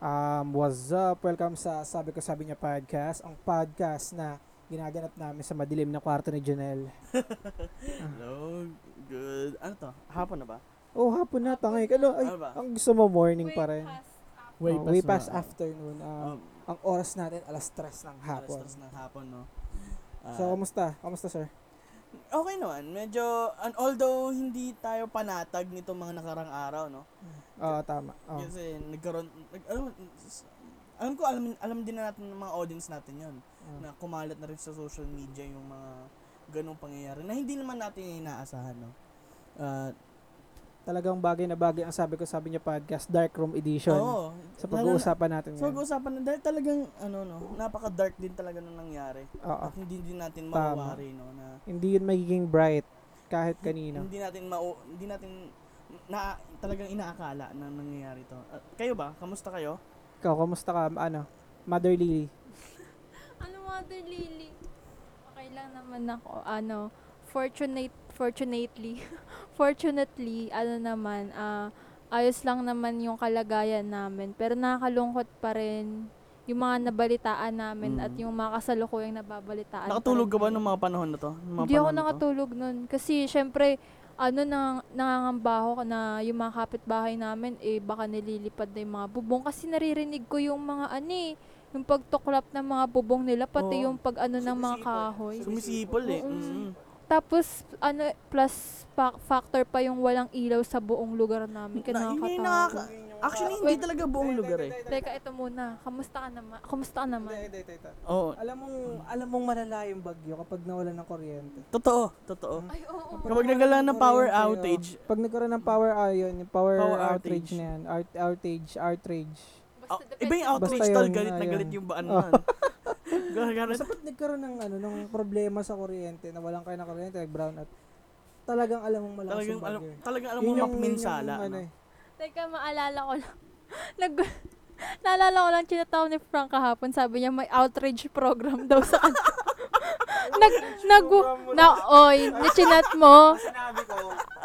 Um, what's up? Welcome sa Sabi ko Sabi niya podcast. Ang podcast na ginaganap namin sa madilim na kwarto ni Janelle. Hello, good. Ano to? Hapon na ba? Oh, hapon na, tangay. ka. Ano, ay, Ano ba? ang gusto mo morning Way pa rin. past after. Way Way, oh, past way na. past afternoon. Um, Um, ang oras natin, alas 3 ng hapon. Alas tres ng hapon, no? Ah, So, um, kamusta? Kamusta, sir? okay naman. Medyo, and although hindi tayo panatag nitong mga nakarang araw, no? Oo, Ah, tama. Oh, Oo. Kasi nagkaroon, nag, alam, s- alam ko, alam, alam din na natin ng mga audience natin yon Oo. Na kumalat na rin sa social media yung mga ganong pangyayari na hindi naman natin inaasahan, no? Ah, Talagang bagay na bagay ang Sabi ko Sabi niya podcast, Dark Room Edition. oo. Sa Lalo na- pag-uusapan natin Sa ngayon. pag-uusapan na, dahil talagang, ano, no? Napaka-dark din talaga nung nangyari. Oo. At hindi din natin Tama. mawawari, no? Na, Hindi yun magiging bright kahit kanino. Hindi natin mau hindi natin na talagang inaakala na nangyayari to. Ah, kayo ba? Kamusta kayo? Ikaw, kamusta ka? Ano? Mother Lily. Ano Mother Lily? Okay lang naman ako. Ano, fortunate, fortunately, fortunately, ano naman, ah, ayos lang naman yung kalagayan namin. Pero nakakalungkot pa rin yung mga nabalitaan namin Mm. at yung mga kasalukuyang nababalitaan. pa Nakatulog rin ka ba kami. nung mga panahon na to? Nung mga Hindi ako panahon na to? nakatulog nun. Kasi, syempre, ano, nang, nangangamba ako na yung mga kapitbahay namin, eh, baka nililipad na yung mga bubong. Kasi naririnig ko yung mga, ano eh, yung pagtuklap ng mga bubong nila, pati Oo. yung pag ano ng mga Sumisipol. kahoy. Sumisipol eh. Oo. Mm. Tapos, ano, plus fa- factor pa yung walang ilaw sa buong lugar namin. Na- yun yung Kinakatawa. nakaka- Actually, hindi talaga buong lugar eh. Teka, ito muna. Kamusta ka naman? Kamusta ka Hindi, naman? hindi, hindi, hindi. Oo. Alam mong, alam mong malala yung bagyo kapag nawalan ng kuryente. Totoo, totoo. Ay, oo. Kapag nagkaroon ng power kuryente, oh. outage, Pag nagkaroon ng power, ah, yun, yung power, Power outage. outage. na yan. Out- outage, outrage. ah, Basta iba yung depende- outage Basta tol, yun, galit na ayun. galit yung baan Oh. man. Gagana Basta pag nagkaroon ng, ano, ng problema sa kuryente, nawalan kayo ng kuryente, nag-brownout, talagang alam mong malakas talagang yung alam, bagyo. talagang alam Yun mo yung- mapinsala. yun yung, ano ano. eh. Teka, maalala ko lang. Nag Naalala ko lang chinataw ni Frank kahapon. Sabi niya may outrage program daw sa kanya. nag nag na oy, na chinat mo. Sinabi ko,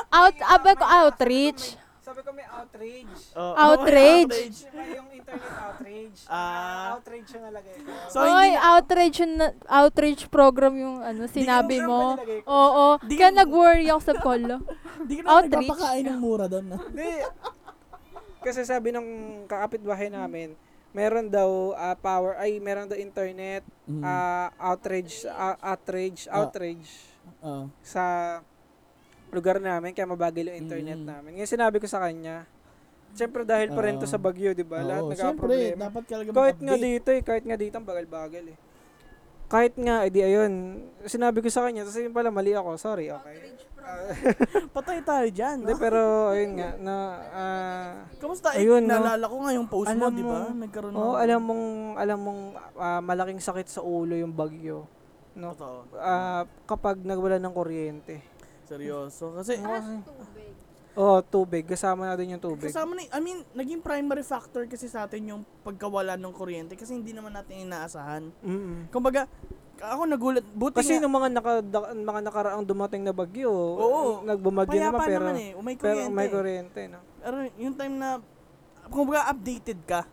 Out abay ko outreach. sabi ko may outrage. Oo. Outrage. Yung internet outrage. Ah. outrage yung nalagay ko. So, Oy, hindi na- outrage yung na- outrage program yung ano sinabi program mo. ba nilagay ko? Oo. Di- Kaya nag-worry ako sa kolo. Di ka naman Outreach. nagpapakain ng mura doon. ah. Hindi. Kasi sabi ng kakapitbahay namin, meron daw ah, power, ay meron daw internet, ah, outrage, ah, outrage, Mm. Ah. outrage Oo. sa lugar namin, kaya mabagal yung internet Mm. namin. Ngayon sinabi ko sa kanya, Siyempre dahil pa rin to Oo. sa bagyo, di ba? Lahat Ah. Oo, Siyempre, nagka-problema. dapat talaga Kahit nga mag-update. dito eh, kahit nga dito, ang bagal-bagal eh. Kahit nga, edi ayun, sinabi ko sa kanya, tapos yun pala, mali ako, sorry, okay. Patay tayo dyan. Hindi, ah. pero ayun nga, na, ah, Kamusta? Ayun, Ayun, no? naalala ko nga yung post Alam mo, di ba? mo- Nagkaroon Oo, alam mong alam mong ah, malaking sakit sa ulo yung bagyo, no? Totoo. Ah, kapag nagwala ng kuryente. Seryoso. Kasi, Ah, Oh, tubig, kasama na din yung tubig. ah, kasama na, I mean, naging primary factor kasi sa atin yung pagkawala ng kuryente kasi hindi naman natin inaasahan. Mm-mm. Kumbaga, ako nagulat. Buti Kasi nga, nung mga naka, da- mga nakaraang dumating na bagyo, Oo. nagbumagyo naman payapa naman, pero eh. Umay pero kuryente. may kuryente, no? Pero yung time na, kumbaga updated ka.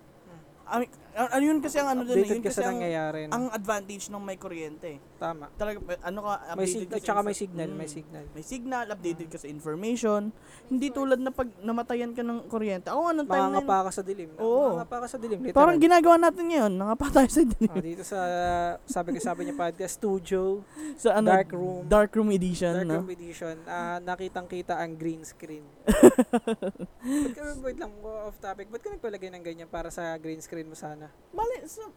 I mean, ano yun kasi ang ano dun, Hmm. eh, Updated yun ka kasi sa ang, nangyayari. no? ang advantage ng may kuryente. Tama. Talaga, ano ka, updated May sig- ka at sa saka inf- may signal, may Mm. Mm. signal. may signal, updated ka sa information. Hindi tulad na pag namatayan ka ng kuryente. Ako anong time na yun? Mangangapa ka sa dilim. no? Oo. Mangangapa ka sa dilim. Literal. Parang ginagawa natin ngayon. Nangapa tayo sa, Ah, dito sa sabi ko sabi niya podcast studio, sa ano, Dark room. Dark room edition. dark no? room edition. Ah, nakitang-kita ang green screen. Ba't ka- wait lang, oh, off topic. Ba't ka nagpalagay ng ganyan para sa green screen mo sana? Mali, sa-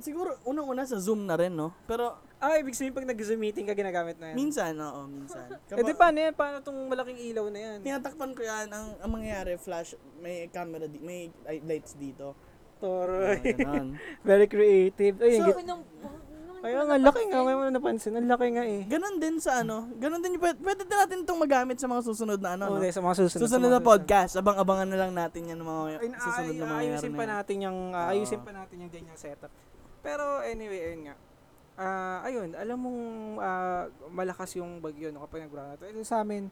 siguro unang-una sa Zoom na rin, no? Pero Ah, ibig sabihin pag nag-zoom meeting ka ginagamit na yan. minsan, oo, minsan. eh di paano yan? Paano tong malaking ilaw na yan? Tinatakpan ko yan, ang, ang mangyayari, flash, may camera, di, may ay- lights dito. Toroy. Mga Ganon. Very creative. Ay, ang So, git- Ay, ang laki nga. Ngayon mo na napansin. Ang laki nga eh. Ganon din sa ano, ganon din, yung- pwede, pwede din natin itong magamit sa mga susunod na ano, Oh, no? dahil sa mga susunod. sa Susunod mga na podcast, abang-abangan na lang natin yan ng mga Ay, na- susunod ay- na mga ayusin pa natin yung ah, Oo. ayusin pa natin yung ganyang setup. Pero anyway, ayun nga. Ah, ayun, alam mong ah, malakas yung bagyo no kapag nag-brownout. Ito sa amin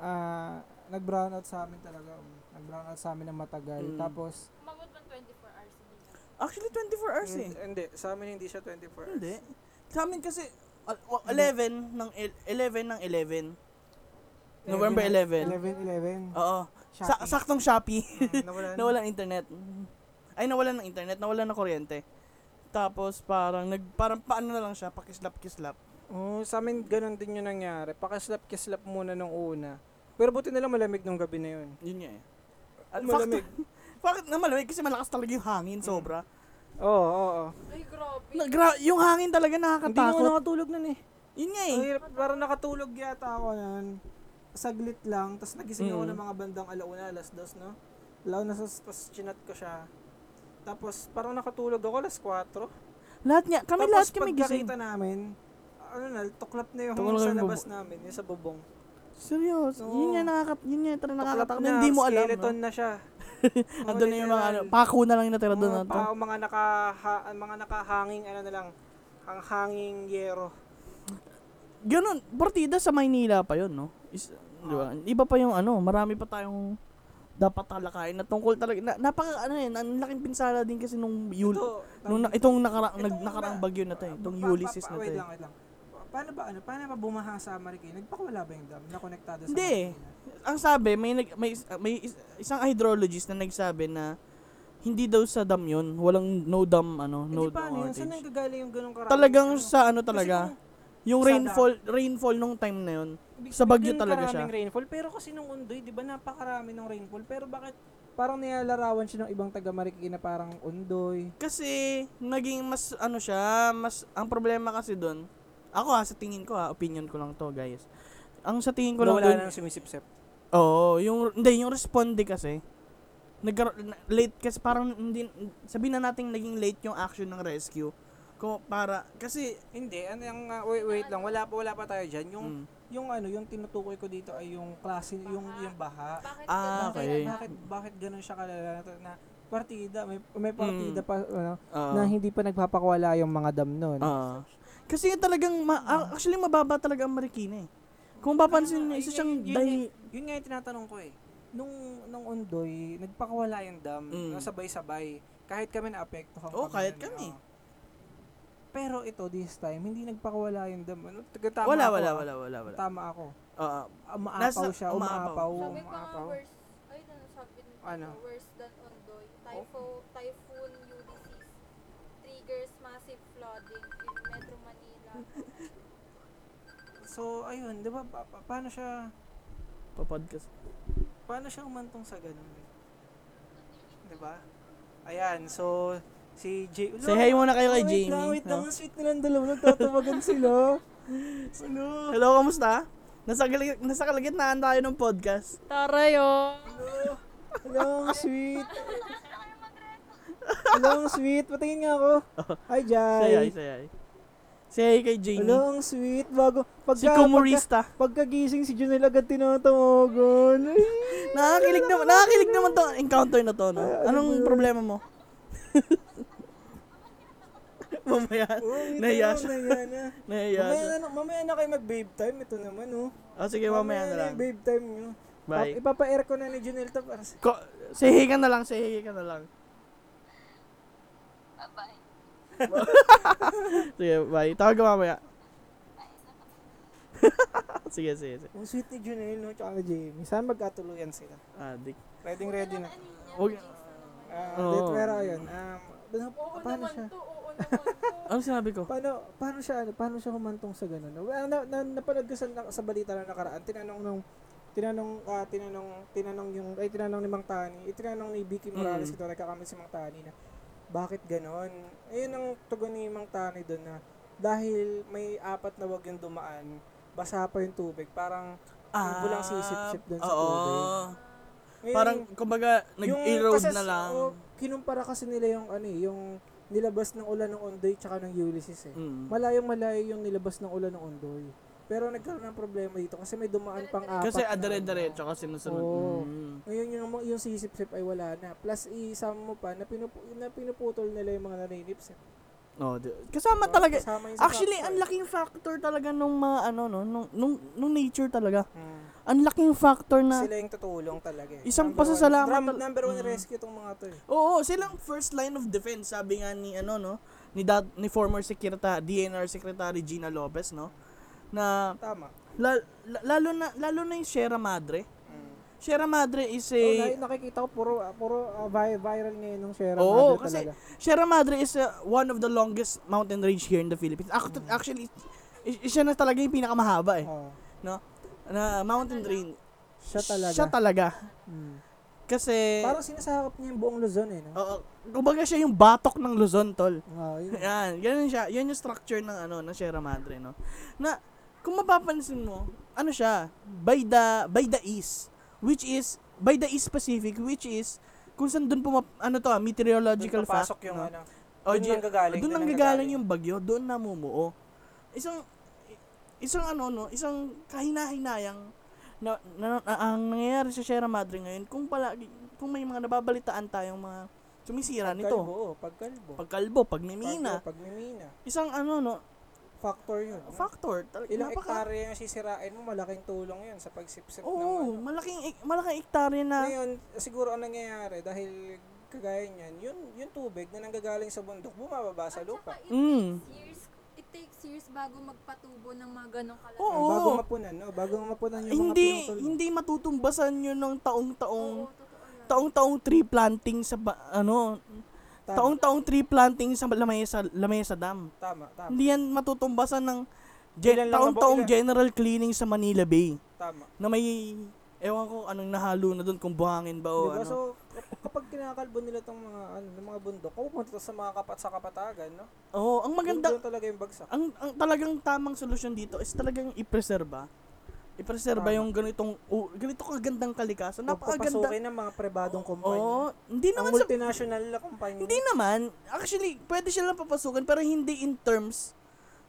ah nag-brownout sa amin talaga. Um, nag-brownout sa amin ng matagal. Mm. Tapos Umabot ng 24 hours. Actually, 24 hours eh. Hindi, hindi, sa amin hindi siya 24 hours. Hindi. Sa amin kasi, al- wa- 11 ng el- 11 ng 11. November 11. 11-11. Oo. Sa- Shopee. saktong Shopee. Mm, nawalan. nawalan ng internet. Ay, nawalan ng internet. Nawalan ng kuryente. Tapos parang nag parang paano na lang siya, pakislap-kislap. Oo, Hmm, sa amin ganun din yung nangyari. Pakaslap-kislap muna nung una. Pero buti na lang malamig nung gabi na yun. Yun nga eh. At Malamig. Bakit na malamig? Kasi malakas talaga yung hangin sobra. Oo, oo, oo. Ay, grabe. Na, gra- yung hangin talaga Hindi na ako nakakatakot. nakatulog nun eh. Yun nga eh. Ang hirap, parang nakatulog yata ako. Ako nun, saglit lang, tapos nagising ako Mm. ng mga bandang alauna, alas dos, no? Alauna sa tapos chinat ko siya. Tapos parang nakatulog ako alas 4. Lahat niya, kami Tapos lahat kami gising. pagkakita namin, ano na, tuklap na yung Tuklap sa yung labas namin, yung sa bubong. Serious. Oo. Yun nga nakakap, yun nga talaga Tuklap nakakatakot. na, Hindi mo alam. skeleton no? na siya. Oo, Andun na yung mga ano, literal. pako na lang yung natira doon Mga nato. pao, mga nakaha, mga nakahanging ano na lang, ang hanging yero. Ganun, partida sa Maynila pa yun, no? Is, di ba? Iba pa yung ano, marami pa tayong dapat talakayin na tungkol talaga. Na, napaka ano yan, ang laking pinsala din kasi nung Yul, Ito, nung na- itong nakara, Itong nag, nakarang na- bagyo na to, eh, itong pa- pa- Ulysses pa- na to. Wait eh. lang, wait lang. Pa- Paano ba ano? Paano ba bumaha sa Marikina? Nagpakawala ba yung dam na konektado sa Hindi. Marikina? Ang sabi, may nag, may, is- may is- isang hydrologist na nagsabi na hindi daw sa dam yun, walang no dam ano, Hindi no pa dam yun. Saan outage. nanggagaling yung ganung karami? Talagang sa ano talaga, yung sa rainfall rainfall nung time na yun. Ibig Sa Bagyo sabihin, talaga siya. karaming rainfall. Pero kasi nung Undoy, di ba napakarami ng rainfall. Pero bakit parang nilalarawan siya ng ibang taga Marikina parang Undoy. Kasi naging mas ano siya, mas ang problema kasi doon. Ako ha, sa tingin ko ha, opinion ko lang to, guys. Ang sa tingin ko lang doon, sumisipsip. oo, yung hindi yung responde kasi nagkar- na- late kasi parang hindi sabihin na nating naging late yung action ng rescue. Kung para kasi Hindi, ano yung ah, wait, wait lang. Wala pa wala pa tayo diyan. Yung mm, yung ano, yung tinutukoy ko dito ay yung klase yung yung baha. Bakit Ah, ganun okay. sila? Bakit bakit ganun siya kalala na, na partida, may may partida Mm. pa ano, ah, na hindi pa nagpapakawala yung mga dam noon. ah. kasi yun talagang ma- ah, actually mababa talaga ang Marikina eh. Kung papansin niyo, isa Ayun, siyang yun, yun, dahil Yun nga yung tinatanong ko eh. Nung, nung Ondoy, nagpakawala yung dam. Mm. no, Sabay-sabay. Kahit kami na-apektuhan. Oo, kami kahit nun, kami. oo. Pero ito, this time, hindi nagpakawala yung dam. Ano, taga- tama wala ako, wala ah. wala wala wala. Tama ako. Ah, ah. Ah, Umaapaw Nasa- siya. umaapaw. Umaapaw. Sabi pa nga Umaapaw. worse. Ay, ano sabi nila? Ano? Worse than Ondoy. Typho, typhoon Ulysses triggers massive flooding in Metro Manila. So, ayun, di ba, pa- pa- paano siya, pa-podcast. paano siya umantong sa ganun? Di ba? Ayan, so, si Jay... Say hi muna kayo kay Wait Jamie. lang, wait lang, no? ang sweet nilang dalawa. Nagtatawagan sila. Hello, kamusta? Nasa, galig- nasa kalagitnaan tayo ng podcast. Taray, oh! Hello, ang sweet. Hello, ang sweet. Patingin nga ako. Hi, Jai. Sayay, sayay. Sayay kay Jamie. Hello, ang sweet. Bago, Si pagka, pagka, Kumurista. pagkagising si Junel agad tinatawagan. Ay, Nakakilig naman, nakakilig naman to encounter na to, no? Anong problema mo? Mamaya, wait, Nahiya ano, siya. nahiya na. nahiya Mamaya siya. na, mamaya na kayo mag-babe time. Ito naman, oh. Oh, sige, mamaya na lang. yung babe time nyo. Bye. Ipapa-air ko na ni Junel to para sa... Ko, sayay ka na lang, sayay ka na lang. Bye-bye. sige, bye. Tawag ka mamaya. sige, sige, sige. Ang sweet ni Junel, no? Tsaka ni Jamie. Saan magkatuluyan sila? Adik. Ready, ready Ano na. Huwag, Ah, Oo. date, pero ayun. Um, Oo paano naman siya? to, oo naman to. ano sinabi ko? Paano paano siya ano, paano siya humantong sa ganun? Well, na, na, napanood ko sa, na- sa balita na nakaraan, tinanong nung tinanong ah, tinanong tinanong yung ay tinanong ni Mang Tani, itinanong ni Vicky Morales Mm. ito nagkakamit si Mang Tani na bakit ganun? Ayun ang tugon ni Mang Tani doon na dahil may apat na wag yung dumaan, basa pa yung tubig, parang yung bulang sisip-sip doon sa Ah, oo. tubig. Ngayon, Parang, kumbaga, nag-erode kasi na s- lang. oh, kinumpara kasi nila yung ano eh, yung nilabas ng ulan ng Ondoy tsaka ng Ulysses eh. Mm. Malayong malayo yung nilabas ng ulan ng Ondoy. Pero nagkaroon ng problema dito kasi may dumaan pang apat. Kasi ah, na- adare-diretso kasi sinusunod. Oo. Mm. Ngayon yung, yung sisip-sip ay wala na. Plus isama mo pa na, pinup- na pinuputol nila yung mga naninipsip. Oh, di- kasama Oh, talaga. kasama yun sa Actually, ano- factor. ang laking factor talaga nung mga ano no, nung nung, nung nature talaga. Mm. Ang laking factor na Sila yung tutulong talaga. eh. Isang Number one- pasasalamat drum- tal- number one Mm. rescue tong mga to eh. Oo, silang first line of defense sabi nga ni ano no, ni dat, ni former secretary DNR secretary Gina Lopez no na Tama. la- la- lalo na lalo na yung Sierra Madre. Mm. Sierra Madre is a Oh, na- nakikita ko puro puro ah, vi- viral ngayon ng Sierra Oo, Madre kasi talaga. Sierra Madre is uh, one of the longest mountain range here in the Philippines. Act- Mm. Actually, is- is- siya na talaga yung pinakamahaba eh, Oo, Oh. no? Na mountain range. Oh. siya talaga. Siya talaga. Hmm. Mm. Kasi Parang sinasakop niya yung buong Luzon eh, no? oo, kumbaga siya yung batok ng Luzon, tol. Oo, Oh, yun. Yan, ganun siya. Yan yung structure ng ano, ng Sierra Madre, no. Na kung mapapansin mo, ano siya, by the by the east, which is by the East Pacific, which is kung saan doon puma ano to, ah, meteorological Doon papasok fact, yung no? Oh, ano. O, Doon ge- nanggagaling, Doon doon nanggagaling nanggagaling. yung bagyo, doon namumuo. Isang isang ano no, isang kahinahinayang na, na, na- ang nangyayari sa Sierra Madre ngayon kung palagi kung may mga nababalitaan tayong mga sumisira Kalbo, ano nito. oh, pagkalbo. Pagkalbo, pagmimina. Pagkalbo, pagmimina. Isang ano no, Factor yun. no? factor. Tal- Ilang napaka- hektarya yung sisirain mo, malaking tulong yun sa pagsipsip ng Oo, ano. malaking, ik- malaking ektarya na. Ngayon, siguro ang nangyayari dahil kagaya niyan, yun, yung tubig na nanggagaling sa bundok, bumababa sa lupa. Saka it Mm. takes years, it takes years bago magpatubo ng mga ganong kalagayan. Oo. eh, Bago mapunan, no? Bago mapunan yung Hindi, mga pinutol. hindi matutumbasan yun ng Oo, taong-taong, totoo yan. taong-taong tree planting sa, ba, ano, Tama. taong-taong tree planting sa lamesa, lamesa dam. Tama, tama, Hindi yan matutumbasan ng ge- Ilan lang taong-taong nabo- ilan- general cleaning sa Manila Bay tama. na may, ewan ko anong nahalo na doon, kung buhangin ba o diba? ano. So, kap- kapag kinakalbo nila tong mga, ano, ng mga bundok, pupunta sa mga kapat sa kapatagan, no? Oo, ang maganda, Doon talaga yung bagsak. ang, ang talagang tamang solusyon dito is talagang i-preserba. I-preserba Tama. yung ganitong u- ganito kagandang kalikasan. Huwag Napakaganda. papasukin ng mga pribadong kumpanya. Oo, ang hindi naman sa multinational na kumpanya. hindi naman actually pwede sila papasukin pero hindi in terms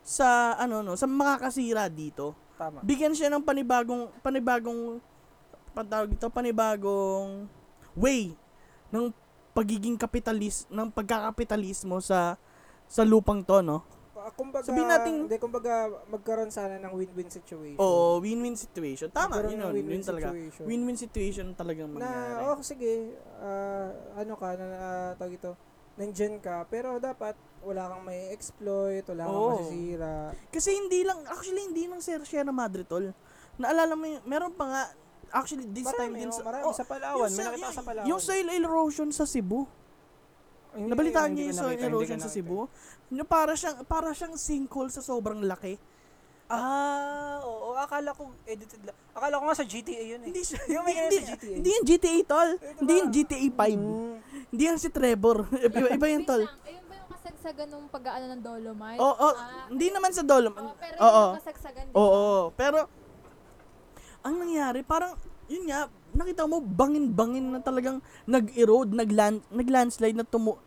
sa ano no, sa makakasira dito. Tama. Bigyan siya ng panibagong panibagong patawag dito, panibagong way ng pagiging kapitalist ng pagkakapitalismo sa sa lupang to no. Ah, kumbaga, Sabihin natin- hindi, kumbaga, magkaroon sana ng win-win situation. Oo, win-win situation. Tama, Magkaroon yun, ng yun, win-win yun talaga. situation. Win-win situation ang na, talagang mangyari. oh, sige, ah, ano ka, na, uh, tawag ito, nandyan ka, pero dapat wala kang may exploit, wala kang Oo. masisira. Kasi hindi lang, actually hindi lang Sir Sierra Madre, tol. Naalala mo yun, meron pa nga, actually this time Marami, oh, din sa, marami. oh, sa Palawan, may sa- nakita sa Palawan. yung soil erosion sa Cebu. Hindi, Nabalitaan hindi niyo yung ko soil nakita, hindi ko erosion sa nakita. Cebu? Na para siyang, para siyang sinkhole sa sobrang laki. Ah, oo, akala ko edited lang. Akala ko nga sa GTA yun eh. Hindi siya, Yung may hindi, ganun sa GTA. hindi yung GTA, tol. Hindi yung GTA 5. Mm. Hindi yung si Trevor. iba, iba yung Wait tol. lang, ayun ba yung kasagsagan ng pag-aano ng Dolomite? Oo, oh, Ah, hindi naman sa Dolom. oo, pero Oo. Oh. yung kasagsagan din. Oo, pero ang nangyari parang yun nga, nakita mo bangin-bangin na talagang nag-erode, nagland naglandslide na tumu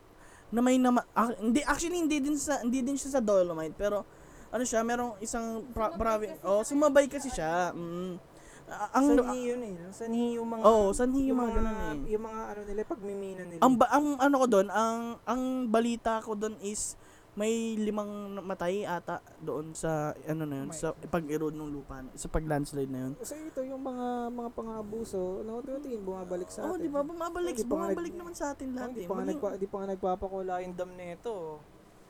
na may nama, ah, hindi actually hindi din sa hindi din siya sa Dolomite pero ano siya, merong isang pra, bravi- oh, sumabay kasi siya. Mm. Ah, ang Sanhi yun eh. no? Sanhi yung mga... Oh, sanhi yung mga ganun eh. Yung mga ano nila, pagmimina nila. Ang, ba- ang ano ko doon, ang ang balita ko doon is may limang namatay ata doon sa ano na yun, sa pag-erode ng lupa, na- sa paglandslide na yun. So ito yung mga mga pang-abuso, na unti-unti bumabalik sa Oo, atin. di ba? Bumabalik, Hindi pa nga bumabalik nag- naman sa Oh, atin lahat Di eh. pa nga Maging- nagpa, di pa nga nagpapakula yung dam na ito.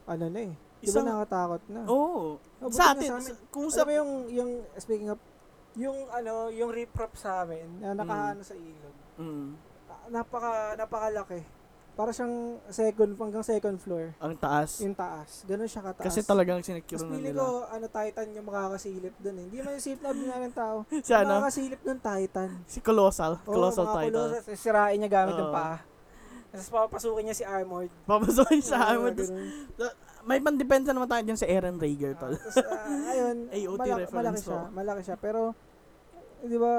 Ano na eh. Di Isang- ba nakakatakot na? Oo. Oh, sa buti atin. na sa sa- amin. kung sa... Alam mo yung, yung, speaking of, yung ano, yung riprap sa amin, na nakaano sa ilog, Mm, ah, napaka, napakalaki. Para siyang second, hanggang second floor. ang taas. Yung taas. Ganun siya kataas. Kasi talagang Tapos sinecure na pili nila. ko, ano, Titan yung makakasilip dun eh. Hindi man yung safe na ordinaryong tao. Si ano? Makakasilip dun, Titan. Si Colossal. Oo, Colossal mga title. kulosas, Sisirain niya gamit ng Oo. paa. tapos papasukin niya si Armored. Papasokin sa Oo, amin. Tas- ganun. May pandepensa naman tayo dyan sa Aaron Rager tol. Tapos, ah, ayun, AOT malaki, reference malaki to. siya. Malaki siya. Pero, di ba,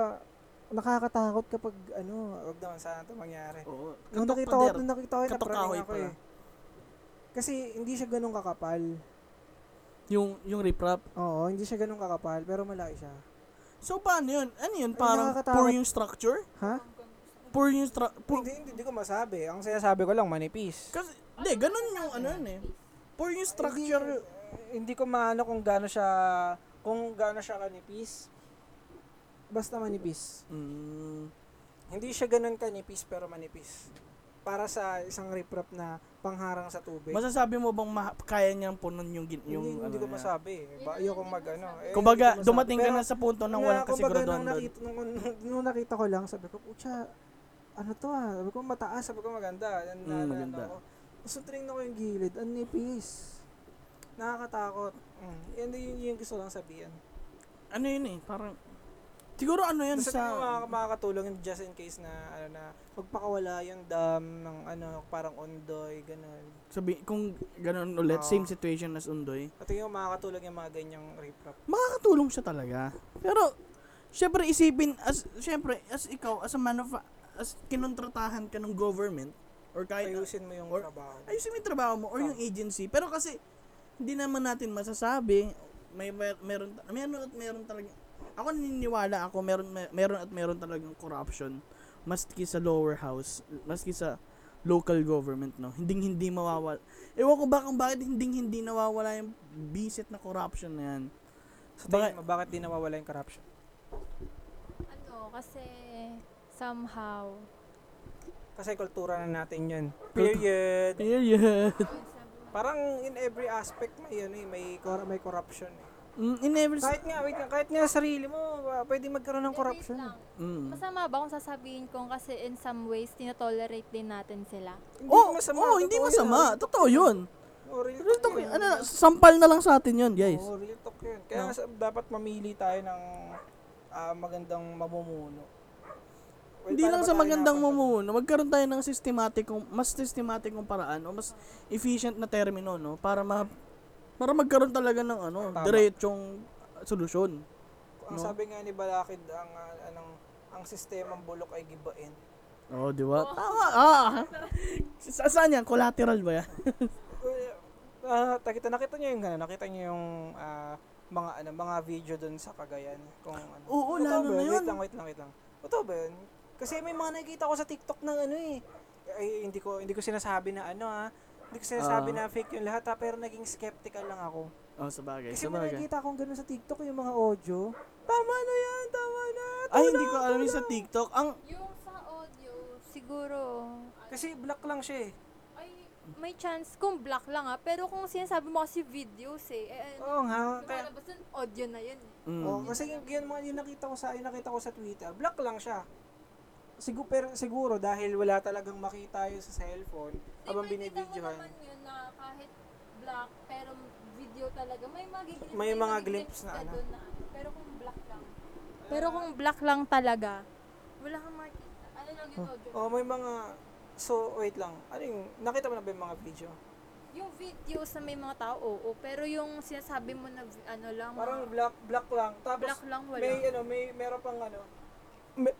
nakakatakot kapag, ano, Huwag naman sana ito mangyari. Oo. nung Katok nakita ko, pader. nung nakita ko, yun, Katok napraning kahoy ako pala. eh. Kasi, hindi siya ganun kakapal. Yung, yung riprap. Oo, hindi siya ganun kakapal, pero malaki siya. So paano yun? Ano yun? Parang nakakatakot. poor yung structure? Ha? Poor yung stru- poor- Hindi, hindi, hindi ko masabi. Ang sinasabi ko lang, manipis. Kasi, di, ganun yung ano yun eh. Poor yung structure. Hindi ko maano kung gaano siya, kung gaano siya kanipis. Basta manipis. Mm, Hindi siya ganun kanipis pero manipis. Para sa isang riprap na pangharang sa tubig. masasabi mo bang ma- kaya niyang punan yung, gin- yung hindi, hindi ko ano niya? masabi. Eh. Ba, ayoko mag ano. Eh, Kumbaga, hindi ko masabi. dumating ka Pero na sa punto ng na- walang kumbaga, kasiguraduhan nung doon. nakita, nung, nung, nung nakita ko lang, sabi ko, putya, ano to ah? Sabi ko, mataas. Sabi ko, maganda. Yan, Mm, maganda. Ano, Tapos nung tinignan ko yung gilid, ang nipis. Nakakatakot. Mm. Yan din yun, yung gusto lang sabihin. Ano yun eh, parang... Siguro ano yun Tapos sa... sa... Mga, makakatulong yun just in case na, ano na, magpakawala yung dam ng ano, parang ondoy, ganun. Sabi, kung ganun ulit, Oo. same situation as Undoy. At yung makakatulong yung mga ganyang riprap. makakatulong siya talaga. Pero, syempre isipin, as, syempre, as ikaw, as a man of, as kinontratahan ka ng government, or kahit, Ayusin mo yung Or- trabaho. ayusin mo yung trabaho mo, or yung Ah. agency. Pero kasi, hindi naman natin masasabi, may, may meron, ta- meron at meron talaga, ako naniniwala ako, meron, may- meron at meron talagang corruption, maski sa lower house, maski sa local government, no? Hindi hindi mawawala. Ewan ko ba kung bakit hindi hindi nawawala yung bisit na corruption na yan. Sa tingin Baka- mo, bakit di nawawala yung corruption? Ano, kasi somehow, Kasi kultura na natin yun. Period. Period. yun sabi mo, Parang in every aspect may ano eh, may, cor- may corruption eh. Mm, in every... Kahit nga, wait lang, kahit nga sarili mo, ah, pwede magkaroon ng "Eh, wait corruption. lang. Mm. Masama ba kung sasabihin kong kasi in some ways, tinotolerate din natin sila? Hindi Oh, masama, oh, hindi totoo yun, masama. ah. Totoo yun. Oh, real Real talk talk, yun. ano, sampal na lang sa atin yun, guys. Oo, real talk yun. Kaya sa- dapat mamili tayo ng ah, magandang mamumuno. Well, Hindi paano lang ba sa tayo magandang napunta doon? mamumuno. Magkaroon tayo ng systematic, kung- mas systematic kong paraan o mas efficient na termino, no? Para ma para magkaroon talaga ng ano, Tama. diretsong uh, solusyon. Ang No? sabi nga ni Balakid, ang, ah, anong, ang sistemang bulok ay gibain. Oh, di ba? Tama. Ah. Sa saan yan? Collateral ba yan? Ah, nakita nakita niyo yung ganun, nakita niyo yung ah, mga ano, mga video doon sa Cagayan kung ano. Oo, Totoo ba lalo na yun. Wait lang, wait lang, wait lang. Totoo ba yun? Kasi may mga nakikita ko sa TikTok ng ano eh. Ay, hindi ko hindi ko sinasabi na ano ha. Hindi ko sinasabi Ah. na fake yung lahat ha, pero naging skeptical lang ako. Oh, sabagay. Kasi may sabagay. nakikita akong ganun sa TikTok yung mga audio. Tama na yan, tama na. Ay, hindi ko alam yun sa TikTok. Ang Yung sa audio, siguro, Kasi black lang siya eh. ay, may chance kung black lang ah. Pero kung sinasabi mo kasi videos eh, eh, eh Oo nga. Kaya, lumalabas nun, audio na yun. eh. Mm. Oh, kasi yung, yung mga yung nakita ko sa yung nakita ko sa Twitter, black lang siya. Siguro pero siguro dahil wala talagang makita yun sa cellphone habang Di, makikita mo binibidyohan. naman yun na kahit black, pero video talaga, may magiging May mga glimpse glimpse na ano. doon na ano. Pero kung black lang. Pero kung black lang talaga, wala kang makikita. Ano lang yung audio. Oh, may mga So, wait lang. Ano yung, nakita mo na ba yung mga video? Yung videos na may mga tao, oo. Pero yung sinasabi mo na vi- ano lang, Parang black, black lang. Tapos, black lang, wala. may, ano, may, meron pang, ano, may,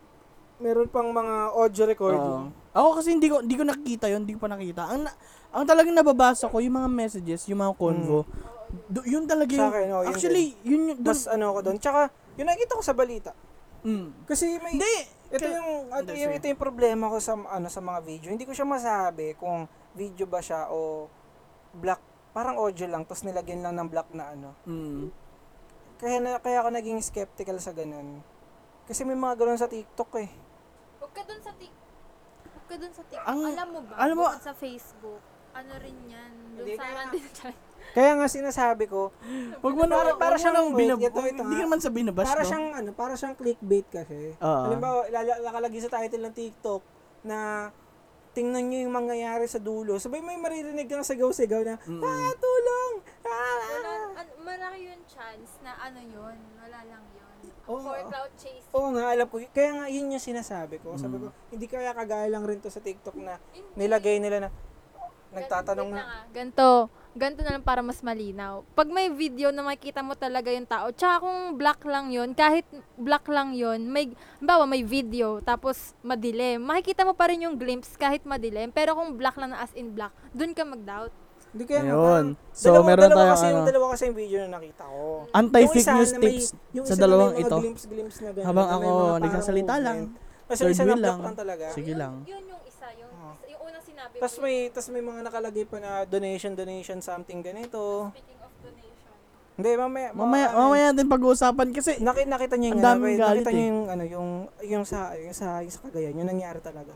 meron pang mga audio recording. Oo. Ako kasi hindi ko hindi ko nakikita 'yon, hindi ko pa nakita. Ang na- ang talagang nababasa ko yung mga messages, yung mga convo. Do, yun Sa talaga yung, akin, oo, yun actually yun yun dun, Mas, ano ko doon. Tsaka, yung nakita ko sa balita. mm. Kasi may, Hindi. Ito Kaya- yung, ito, Hindi, yung, sorry. ito yung problema ko sa ano sa mga video. Hindi ko siya masabi kung video ba siya o black. Parang audio lang tapos nilagyan lang ng black na ano. Mm. Kaya na, kaya ako naging skeptical sa ganun. Kasi may mga ganun sa TikTok eh. Huwag ka dun sa tik. Huwag ka dun sa tik. Ang- alam mo ba? alam mo- bukod sa Facebook. Ano rin yan? Dun Hindi, sa kaya- nandun siya. Kaya nga sinasabi ko, Wag mo na Para- para para siyang siyang wait, binab- ito, ito Hindi nga. ka naman sa binabash, para no? siyang ano, para siyang clickbait kasi. Oo. Halimbawa, ilala- nakalagay sa title ng TikTok na tingnan nyo yung mangyayari sa dulo. Sabay may maririnig kang sigaw-sigaw na, Mm. ah, tulong! Ah! Wala, an- malaki yung chance na ano yun. Wala lang yun. Oh. Oo. For cloud chasing. Oo nga, alam ko. y- Kaya nga, yun yung sinasabi ko. Sabi ko, Mm. hindi kaya kagaya lang rin to sa TikTok na Hindi. nilagay nila na nagtatanong Wait na. lang ah. Ganto. Ganto na lang para mas malinaw. Pag may video na makikita mo talaga yung tao, tsaka kung black lang yun, kahit black lang yun, may, bawa may video, tapos madilim, makikita mo pa rin yung glimpse kahit madilim, pero kung black lang na as in black, dun ka mag-doubt. Hindi kaya nga, Ayun. parang So, dalawa, meron dalawa tayong kasi, yung ano. dalawa kasi yung video na nakita ko. Yung Anti-fake isa news na may- tips yung sa isa na may dalawang mga ito. Glimpse-glimpse na ganun, Habang na may ako mga parang nagsasalita movement. lang. Kasi Third isa na wheel block lang. lang talaga. Sige Yun- lang. Ah. Yun yung isa, yung, yung unang sinabi sinabi Tapos mo, may, tas may mga nakalagay pa na donation, donation, something ganito. speaking of donation, Hindi, mamaya. Mamaya, baka- mamaya natin pag-uusapan kasi Naki, nakita niyo yung, Ang ano, daming wait, galit nakita niyo eh. yung, ano, yung, yung sa, yung sa, yung sa Cagayan, yung nangyari talaga.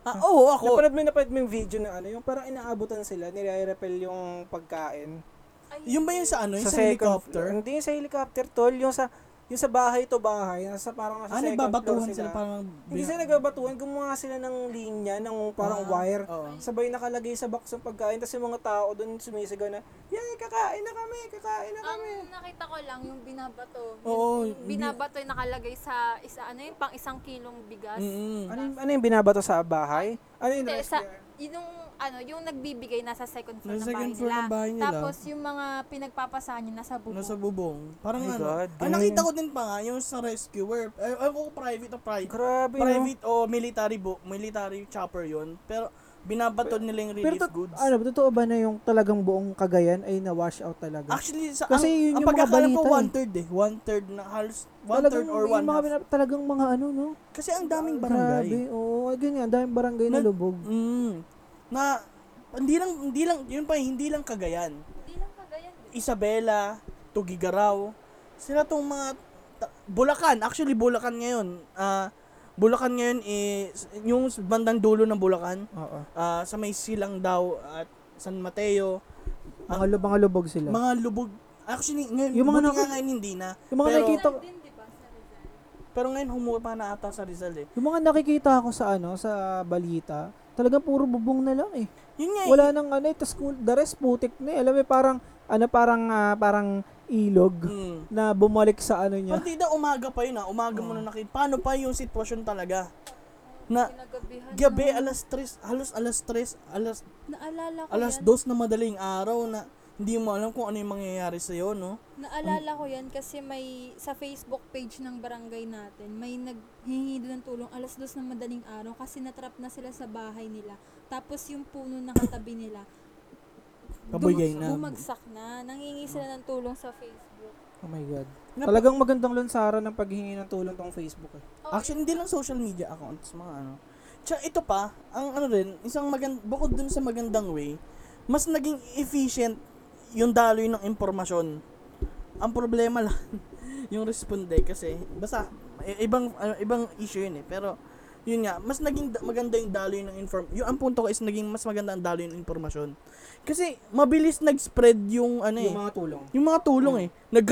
Ah, oo, ako. Napanood mo, napanood mo yung video na ano, yung parang inaabutan sila, nire-repel yung pagkain. ay, Yung ba yung sa ano, yung sa, second helicopter? floor. Hindi yung sa helicopter, tol. Yung sa, yung sa bahay to bahay, nasa parang nasa Ah, second floor nagbabatuhan sila. sila parang... Hindi sila nagbabatuhan, gumawa sila ng linya, ng parang wire. Ah, Oo. Sabay nakalagay sa box ng pagkain, tapos yung mga tao doon sumisigaw na, Yay, kakain na kami, kakain na ang kami. nakita ko lang yung binabato. Oo, yung binabato yung nakalagay sa isa ano yung pang isang kilong bigas. Mm-mm. Ano, yung- ano yung binabato sa bahay? Ano yung Hindi, last sa, yung ano, yung nagbibigay nasa second floor, Nasa ng, bahay second floor ng bahay nila. Tapos yung mga pinagpapasahan niya nasa bubong. Nasa bubong. Parang My ano. God, Ang ganun. nakita ko din pa nga, yung sa rescuer. Ay, ay ko private o private. Grabe, no? private o military bo- military chopper yon Pero binabato nila yung Pero relief to- goods. ano, totoo ba na yung talagang buong kagayan ay na-wash out talaga? Actually, sa, Kasi yun ang, ang yung mga pagkakalam ko, balita eh. one-third eh. One-third na halos, one-third talagang, or yung mga, one-half. binab- talagang mga ano, no? Kasi ang daming barangay. Grabe, oo. Ay, ganyan, daming barangay na Nag- lubog. Mm. Na, hindi lang, hindi lang, yun pa, eh, hindi lang Cagayan. Hindi lang kagayan. Isabela, Tugigaraw. Sila tong mga, ta- Bulacan, actually Bulacan ngayon. Ah, Bulacan ngayon is, yung bandang dulo ng Bulacan, Oo. ah, sa may silang daw at San Mateo, Mga, lu- mga lubog sila. mga lubog, actually, ngayon, Yung yung mga mga nakik- ngayon hindi na. yung mga pero, nakikita ko, Din, di ba? Sa Rizal. pero ngayon humuwi pa na ata sa Rizal eh. yung mga nakikita ko sa ano, sa balita, talagang puro bubong na lang eh. Yun nga, Wala nang ano, eh, tas kul- the rest putik na eh. Alam mo, eh, parang, ano, parang, ah, parang ilog Mm. na bumalik sa ano niya. Partida umaga pa yun ah. Umaga mo na nakita. Paano pa yung sitwasyon talaga? Na Pinagabihan. gabi alas 3, halos alas 3, alas Naalala ko alas yan. 2 na madaling araw na hindi mo alam kung ano yung mangyayari sa iyo, no? Naalala ko yan kasi may sa Facebook page ng barangay natin, may naghihingi doon ng tulong alas dos ng madaling araw kasi natrap na sila sa bahay nila. Tapos yung puno na katabi nila, Kabuyay bumag- na. bumagsak na. Nangingi sila ng tulong sa Facebook. Oh my God. Nap- Talagang magandang lansaran ng paghingi ng tulong tong Facebook eh. Actually, hindi lang social media accounts, mga ano. Tsaka ito pa, ang ano rin, isang magand bukod dun sa magandang way, mas naging efficient yung daloy ng impormasyon. Ang problema lang, yung responde kasi, basta, i- ibang, ano, ibang issue yun eh, pero, yun nga, mas naging da- maganda yung daloy ng inform. Yung ang punto ko is naging mas maganda ang daloy ng impormasyon. Kasi mabilis nag-spread yung ano eh, Yung mga Oh, tulong. yung mga tulong eh. Nag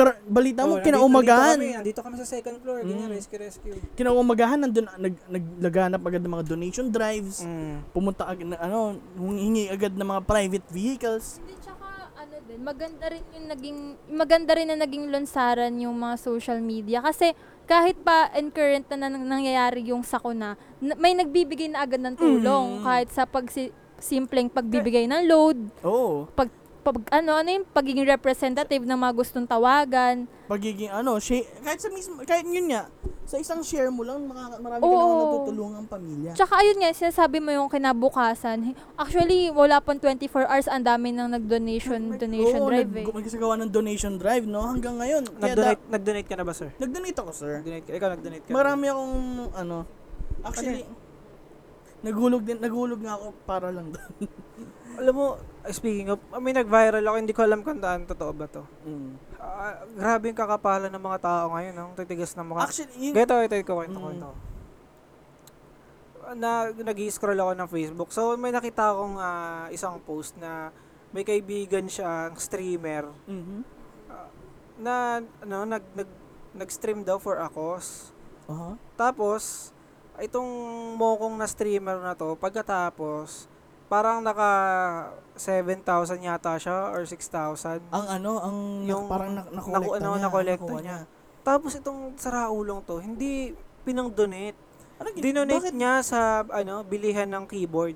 Oo, balita mo nandito- kinaumagahan Nandito kami, nandito kami sa second floor, ganyan, Mm. rescue, rescue. kinaumagahan nandun nag, naglaganap agad ng mga donation drives Mm. pumunta agad na ano humingi agad ng mga private vehicles Hindi, tsaka ano din, maganda rin yung naging, maganda rin na naging lansaran yung mga social media. Kasi kahit pa and current na nan- nangyayari yung sakuna, na, may nagbibigay na agad ng Mm. tulong kahit sa pagsi simpleng pagbibigay ng load, oo pag, pag ano, ano yung pagiging representative ng mga gustong tawagan. pagiging ano share, kahit sa mismo kahit yun nga sa isang share mo lang maka, marami ka Oo. naman natutulungan pamilya Tsaka ayun nga, sinasabi mo yung kinabukasan. Actually, wala pang 24 hours, ang dami nang nag-donation, donation Oo, drive nag, eh. magsagawa ng donation drive no hanggang ngayon Kaya Nag-donate, nag-donate ka na ba, sir? da- nag-donate ako sir Nag-donate ka, ikaw nag-donate ka. marami akong ano actually nagulog din nagulog nga ako para lang doon Alam mo, speaking of, may nag-viral ako, hindi ko alam kung taan, totoo ba to. Mm. Ah, grabe yung kakapalan ng mga tao ngayon, ang titigas ng mukha. actually yun, Ito, ito, ito, kwento, Mm. kwento. Na, nag-scroll ako ng Facebook. So, may nakita akong ah, isang post na may kaibigan siyang streamer Mhm. na ano, nag, nag, nag-stream daw for a cause. Aha. Tapos, itong mokong na streamer na to, pagkatapos, parang naka 7,000 yata siya or 6,000. Ang ano, ang Yung yung, parang na, nakolekta Ah, naku- ano, niya. nakolekta nakuha niya. Tapos itong saraulong to, hindi pinang-donate. Ano, gin- Dinonate bakit? niya sa ano, bilihan ng keyboard.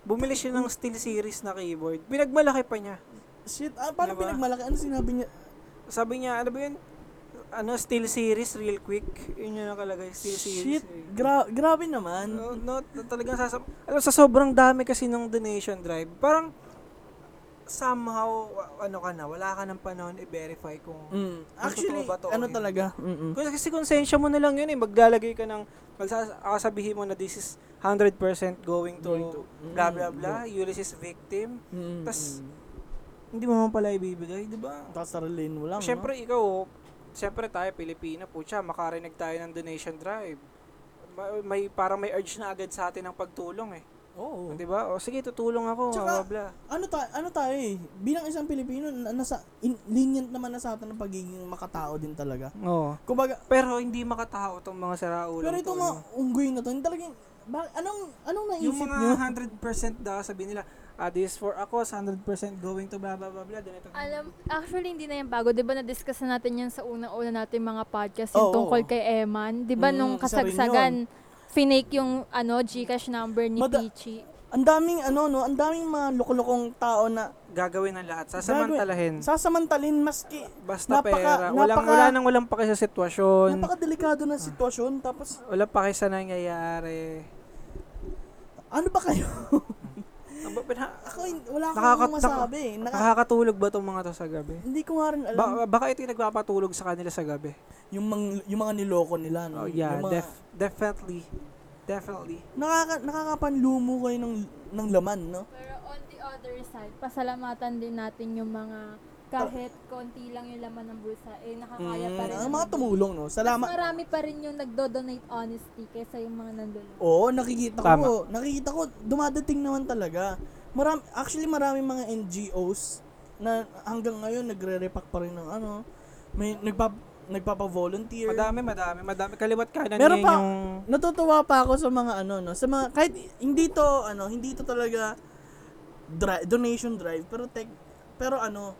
Bumili siya ng Steel Series na keyboard. Pinagmalaki pa niya. Shit, ah, paano Diba? pinagmalaki? Ano sinabi niya? Sabi niya, ano ba yun? Ano, Steel Series real quick. Yun yung nakalagay, Steel Series. Shit, gra- grabe naman. No, no, t- talagang sa, alam, sa sobrang dami kasi ng donation drive, parang somehow, wa- ano ka na, wala ka ng panahon i-verify kung... Mm. totoo Actually, ba to? ano Okay. talaga? Mm-mm. Kasi, kasi konsensya mo na lang yun eh, maglalagay ka ng, magsasabihin mo na this is 100% going to, Going to- blah Mm, blah blah, Ulysses victim. Mm, Tas- mm. Hindi mo man pala ibibigay, di ba? Tapos sariliin mo lang, Siyempre ikaw, siyempre tayo Pilipino po siya, makarinig tayo ng donation drive. Ma- May, parang may urge na agad sa atin ng pagtulong eh. no? Oo. Di ba? O sige, tutulong ako, Tsaka- blah blah. ano ta ano tayo eh, bilang isang Pilipino, na, nasa, in, lenient naman na sa atin ang pagiging makatao din talaga. Oo. Kumbaga, Pero hindi makatao tong mga saraulang pero itong to, mga no? unggoy na to, hindi talagang, ba- anong, anong Yung naisip mga nyo? 100% daw sabi nila, ah, this for ako, 100% going to blah blah blah blah. Ganito. Alam, actually hindi na yan bago. Di ba na-discuss na natin yan sa unang-una natin mga podcast Oo, yung tungkol oo. kay Eman. Di ba Mm, nung isa rin kasagsagan, finake yung ano, Gcash number ni Mada- Pichi. Ang daming ano no, ang daming mga lokolokong tao na Gagawin ang lahat. Sasamantalahin. sasamantalin maski Basta Napaka- pera. Walang, napaka- wala nang walang paki sa sitwasyon. napakadelikado na sitwasyon tapos walang paki sa nangyayari. ano ba kayo? Ang ba- pinha- Ako hin- wala akong Nakaka- masabi. eh. Naka- Nakakatulog ba itong mga to sa gabi? hindi ko nga rin alam Ba- baka ito yung nagpapatulog sa kanila sa gabi. yung mang- yung mga niloko nila no. Oh, yeah, yung mga, def- definitely. Definitely. nakaka nakakapanlumo kayo ng ng laman no. Pero on the other side, pasalamatan din natin yung mga kahit konti lang yung laman ng bulsa, eh nakakaya pa rin. Mm. Ang mga tumulong no. Mas Salamat. marami pa rin yung nagdo-donate honestly kaysa yung mga nandulog. Oo, nakikita Tama. ko. Nakikita ko dumadating naman talaga. Maram, actually maraming mga NGOs na hanggang ngayon nagre-repack pa rin ng ano. May nagpa nagpapa-volunteer. Madami, madami, madami. Kaliwat kanan Meron yan pa- yung... Natutuwa pa ako sa mga ano no, sa mga kahit hindi to ano, hindi to talaga dri- donation drive pero tech pero ano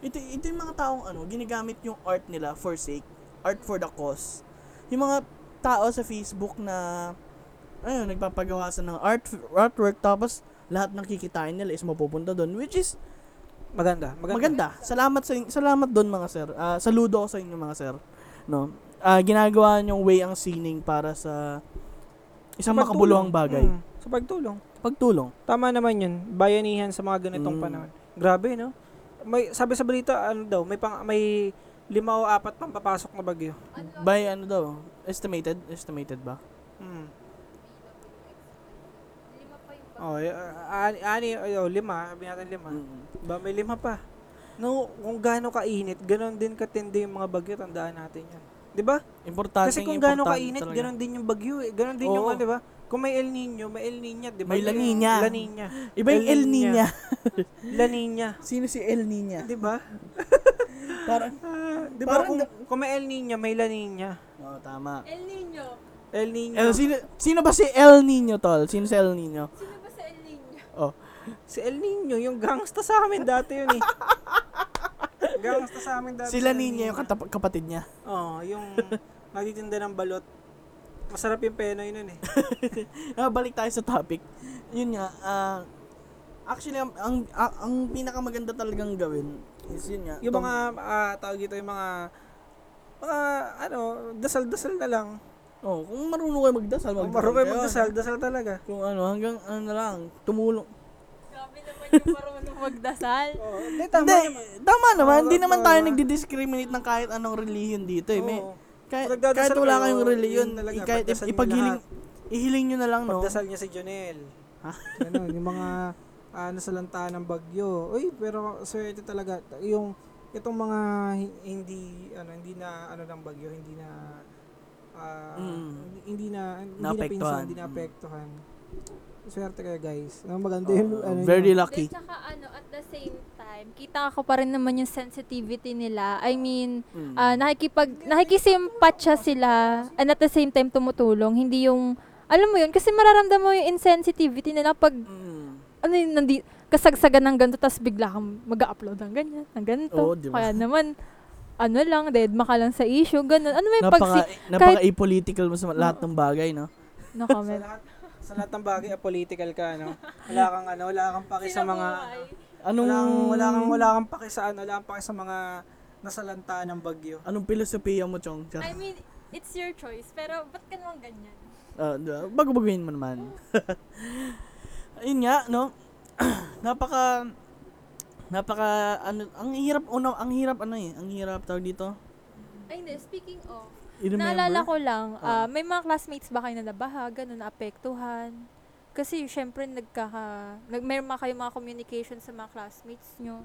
ito ito yung mga taong ano ginagamit yung art nila for sake, art for the cause. Yung mga tao sa Facebook na ayun nagpapagawa sa ng art artwork tapos lahat ng kikitain nila is mapupunta doon which is Maganda, maganda. Maganda. Salamat sa in- salamat doon mga sir. Ah, saludo ako sa inyo mga sir. No. Ah, ginagawa niyong way ang sining para sa isang Pagtulong. makabuluhang bagay. Mm, sa pagtulong. Pagtulong. Tama naman yun. Bayanihan sa mga ganitong Mm. panahon. Grabe, no? May, sabi sa balita, ano daw, may, pang, may lima o apat pang papasok na bagyo. By ano daw? Estimated? Estimated ba? Mm. Oh, y- uh, ani, ani, oh, lima, sabi natin lima. Hmm. Ba, may lima pa. No, kung gaano kainit, ganon din katindi yung mga bagyo, tandaan natin yan. Di ba? Importante Kasi kung importante gaano kainit, talaga. ganon din yung bagyo. Eh. Ganon din yung Oo. ano, di ba? Kung may El Nino, may El Nina, di ba? May La Niña. La Nina. Iba yung El Nina. La Nina. Sino si El Nina? Di ba? Ah, Parang Di ba Parang kung, da- kung may El Nino, may La Nina. Oo, tama. El Nino. El Nino. El, sino, sino ba si El Nino, tol? Sino si El Nino? Sino ba sa El Nino? Oh. si El Nino, yung gangsta sa amin dati yun eh. gangsta sa amin dati. Sila si El Nina yung katap- kapatid niya. Oo, yung nagtitinda ng balot. Masarap yung penoy nun eh. Ah, balik tayo sa topic. Yun nga, ah, actually, ang, ang, a- ang pinakamaganda talagang gawin is yun nga. Yung tong- mga, ah, tawag dito, yung mga, mga, ano, dasal-dasal na lang. Oh, kung marunong kayo magdasal, Kung magdasal marunong kayo. kayo magdasal, dasal talaga. Kung ano, hanggang ano na lang, tumulong. Grabe naman yung marunong magdasal. Oo, hindi, tama hindi, naman. tama naman. Oo, Hindi naman tayo tama. nagdi-discriminate ng kahit anong religion dito. Eh. May, Oo. kahit, Kung nagdadasal kahit wala kayo, kayong yun religion, talaga, i- kahit pagdasal nyo ipaghiling, ihiling nyo na lang, no? Pagdasal niya si Jonel. Ha? Ganun, yung mga, ano, salantaan ng bagyo. Uy, pero, swerte talaga, yung, itong mga hi- hindi, ano, hindi na, ano, ng bagyo, hindi na, ah, Mm. hindi- hindi na, hindi na Naapektuhan. pinsan, hindi na Mm. apektuhan. Swerte kayo guys. Ang maganda Oo, yung, ano, Oh, very yung- lucky. Then, tsaka ano, at the same time, kita ko pa rin naman yung sensitivity nila. I mean, Mm. ah, nakikipag, nakikisimpatya sila and at the same time tumutulong. Hindi yung, alam mo yun, kasi mararamdaman mo yung insensitivity nila pag, Mm. ano yun, nandi, kasagsagan ng ganito, tapos bigla kang mag-upload ng ganyan, ng ganito. Oo, di ba? Kaya naman, ano lang, deadma ka lang sa issue, ganun. Ano may Napaka, pagsi... napaka-apolitical mo sa lahat ng bagay, no? No Sa comment. lahat, sa lahat ng bagay, apolitical ka, no? Wala kang, ano, wala kang paki sa mga, Anong, wala kang, wala kang, wala kang paki sa, ano, wala kang paki sa mga nasalanta ng bagyo. Anong pilosopiya mo, Chong? Char- I mean, it's your choice, pero ba't ka naman ganyan? Ah, di ba? bago-baguhin mo naman. Ayun nga, no? napaka napaka ano ang hirap uno ang hirap ano eh ang hirap tawag dito Ay, hindi, speaking of, I-remember? Naalala ko lang, Ah. ah, may mga classmates ba kayo na nabaha, ganun, naapektuhan? Kasi syempre nagkaka, nag, meron mga kayo mga communication sa mga classmates nyo.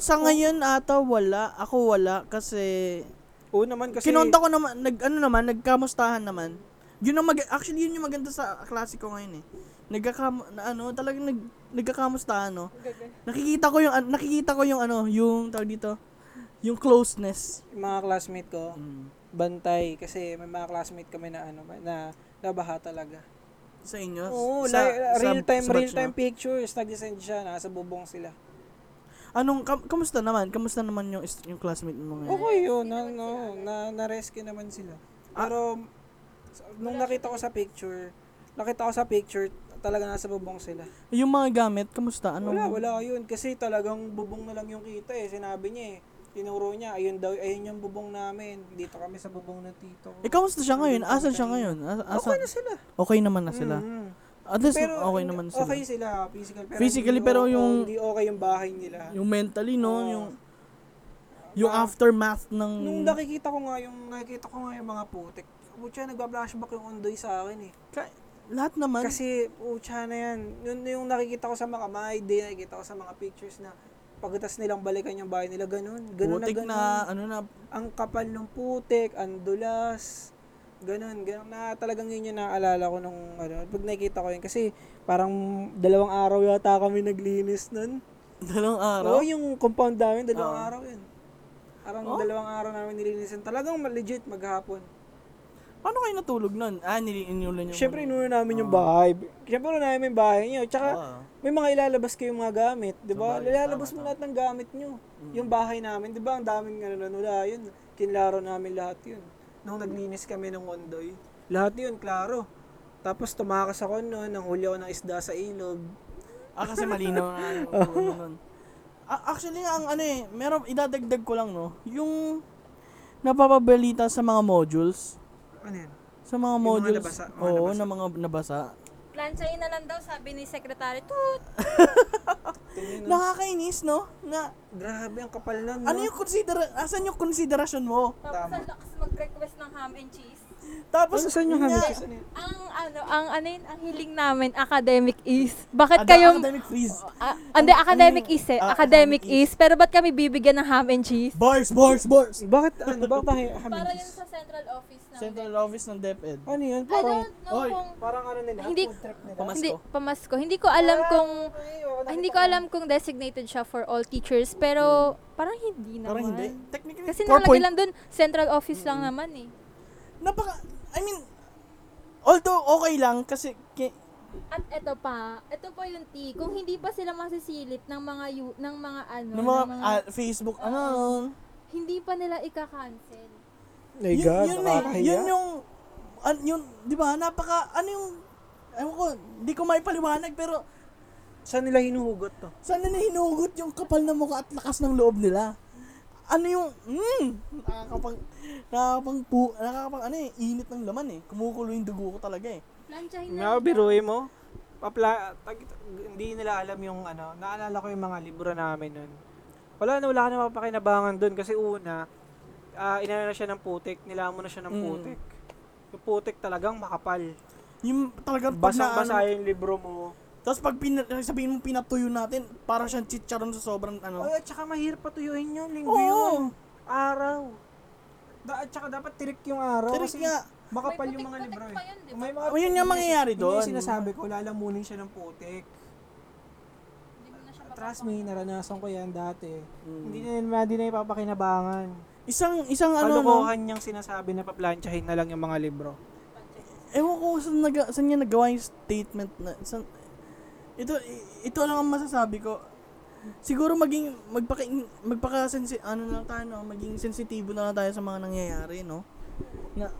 Sa ngayon ata wala. Ako wala kasi Oo naman kasi... kinonta ko naman, nag, ano naman, nagkamustahan naman. Yun ang mag, actually yun yung maganda sa klase ko ngayon eh. Nagkakam, na, ano, talagang nag, nagkakamustahan, no? Nakikita ko yung, an- nakikita ko yung ano, yung, tawag dito, yung closeness. yung mga classmate ko, Mm. bantay. Kasi may mga classmate kami na ano, na nabaha talaga. Sa inyo? Oo, sa, like, sa- real time, sa batch real time nyo? pictures. Nag-send siya, nasa bubong sila. Anong, kam- kamusta naman? Kamusta naman yung, est- yung classmate mo ngayon? Okay yun, na, no, na, na-rescue naman sila. Pero, sa- nung nakita ko sa picture, nakita ko sa picture, talaga nasa bubong sila. Yung mga gamit, kamusta? Anong, Wala, wala yun. Kasi talagang bubong na lang yung kita eh. Sinabi niya eh. Tinuro niya, ayun daw, ayun yung bubong namin. Dito kami sa bubong ng tito ko. Eh, kamusta siya ngayon? Nandun kami Asan siya kanina. ngayon? As- asan? Okay na sila. Okay naman na sila. Mm. At least, Pero, okay naman sila. Okay sila, physical. Pero Physically, hindi pero okay- yung- Hindi okay yung bahay nila. Yung mentally, no? Oo. Yung, yung Ma- aftermath ng... Nung nakikita ko nga yung, nakikita ko nga yung mga putik. Pucha, nagba-flashback yung ondoy sa akin eh. lahat naman. Kasi, pucha na yan. Yun na yung nakikita ko sa mga may day, nakikita ko sa mga pictures na pagkatas nilang balikan yung bahay nila, ganun. Ganun putik na ganun. na, ano na, ang kapal ng putik, ang dulas, ganun, ganun na talagang yun yung naaalala ko nung ano, pag nakikita ko yun kasi parang dalawang araw yata kami naglinis nun. dalawang araw. Ah. Oh? Oo, yung compound namin, dalawang Oo. araw yun. Parang Oo. dalawang araw namin nilinisin. Talagang ma- legit maghapon. Paano kayo natulog nun? Ah, niliinulan yung... ano? Ah. Siyempre, inuna namin yung Oo. bahay. Siyempre, inuna namin yung bahay niyo. Tsaka, Oo. may mga ilalabas kayong mga gamit, di ba? Sa bagay, Ilalabas tama, Mm. mo lahat ng gamit nyo. Yung bahay namin, di ba? Ang daming ano na nula yun. Kinlaro namin lahat yun. Nung naglinis kami ng ondoy, lahat yun, klaro. Tapos tumakas ako noon, nang huli ako ng isda sa ilog. Ah, kasi malinaw na yung ulo nun. A- actually, ang ano eh, meron, idadagdag ko lang, no? Yung napapabalita sa mga modules, Ano yan? sa mga mga modules, nabasa, mga oo, nabasa. na mga nabasa. Plansahin na lang daw, sabi ni Secretary, Toot! Tingnan, no? Nakakainis, no? Na, Grabe, ang kapal nun, no? ano yung consider, asan yung consideration mo? Tapos ang lakas mag-request ng ham and cheese. Tapos, Ano, saan yung yun hamid? nga, Saan yun? Ang ano, ang ano yun, ang hiling namin, academic is, bakit Ad- kayo, academic freeze. Ah, hindi, academic is eh, Ah, academic, academic is, pero ba't kami bibigyan ng ham and cheese? Bars, bars, bars. Bakit, ano, bakit tayo hamid? Para yun sa central office namin. Central Office ng DepEd. Ano yun? I Parang, don't know Oy. kung parang ano nila, Hindi- food trip nila. Pamasko. hindi pamasko. Hindi ko alam kung Ay, oo, ah, hindi ko alam kung designated siya for all teachers, pero parang hindi naman. Parang hindi. Technically, Kasi four nakalagay point- Mm. lang dun, central office lang naman eh. Napaka, I mean, although okay lang kasi, ki- At eto pa, eto pa yung T, kung hindi pa sila masisilip ng mga yu- ng mga ano, ng mga ng mga- ah, Facebook, ano, hindi pa nila ika-cancel. Ay, yun, God, yun, eh, nakakahiya. yun yung, an, yun, di ba, napaka, ano yung, ewan ko, di ko maipaliwanag, pero, Saan nila hinuhugot to? sana na hinugot yung kapal na mukha at lakas ng loob nila. Ano yung, mm, nakakapang, nakakapang, pu, nakakapang, ano eh, init ng laman eh. Kumukulo yung dugo ko talaga eh. Planchahin na. No, biruin mo. Papla, tag, hindi nila alam yung ano. Naalala ko yung mga libro namin nun. Wala na, wala ka na mapapakinabangan dun. Kasi una, ah inano na siya ng putik. Nilamon na siya ng Mm. putik. Yung putik talagang makapal. Yung talagang pag na, ano, Basang-basa yung libro mo. Tapos pag pin, sabihin mo pinatuyo natin, parang siyang chicharon sa sobrang Oh, ano. at saka mahirap patuyuin yun. Linggo yun. Oo. Araw. Da, at saka dapat tirik yung araw. Tirik kasi nga. Makapal May yung mga libro eh. putik-putik pa yun, di ba? May mga- O, yun yung mangyayari Yun yung doon. sinasabi ko, lalamunin siya ng putik. Trust me, naranasan ko yan dati. Hindi na yun, hindi na ipapakinabangan. Isang, isang ano, no? Kalukuhan niyang sinasabi na paplantsahin na lang yung mga libro. Ewan ko saan, naga, saan niya nagawa yung statement na, saan, ito, i- ito lang ang masasabi ko. Siguro maging, magpaka, magpaka ano na lang tayo, no? maging sensitibo na lang tayo sa mga nangyayari, no? Na,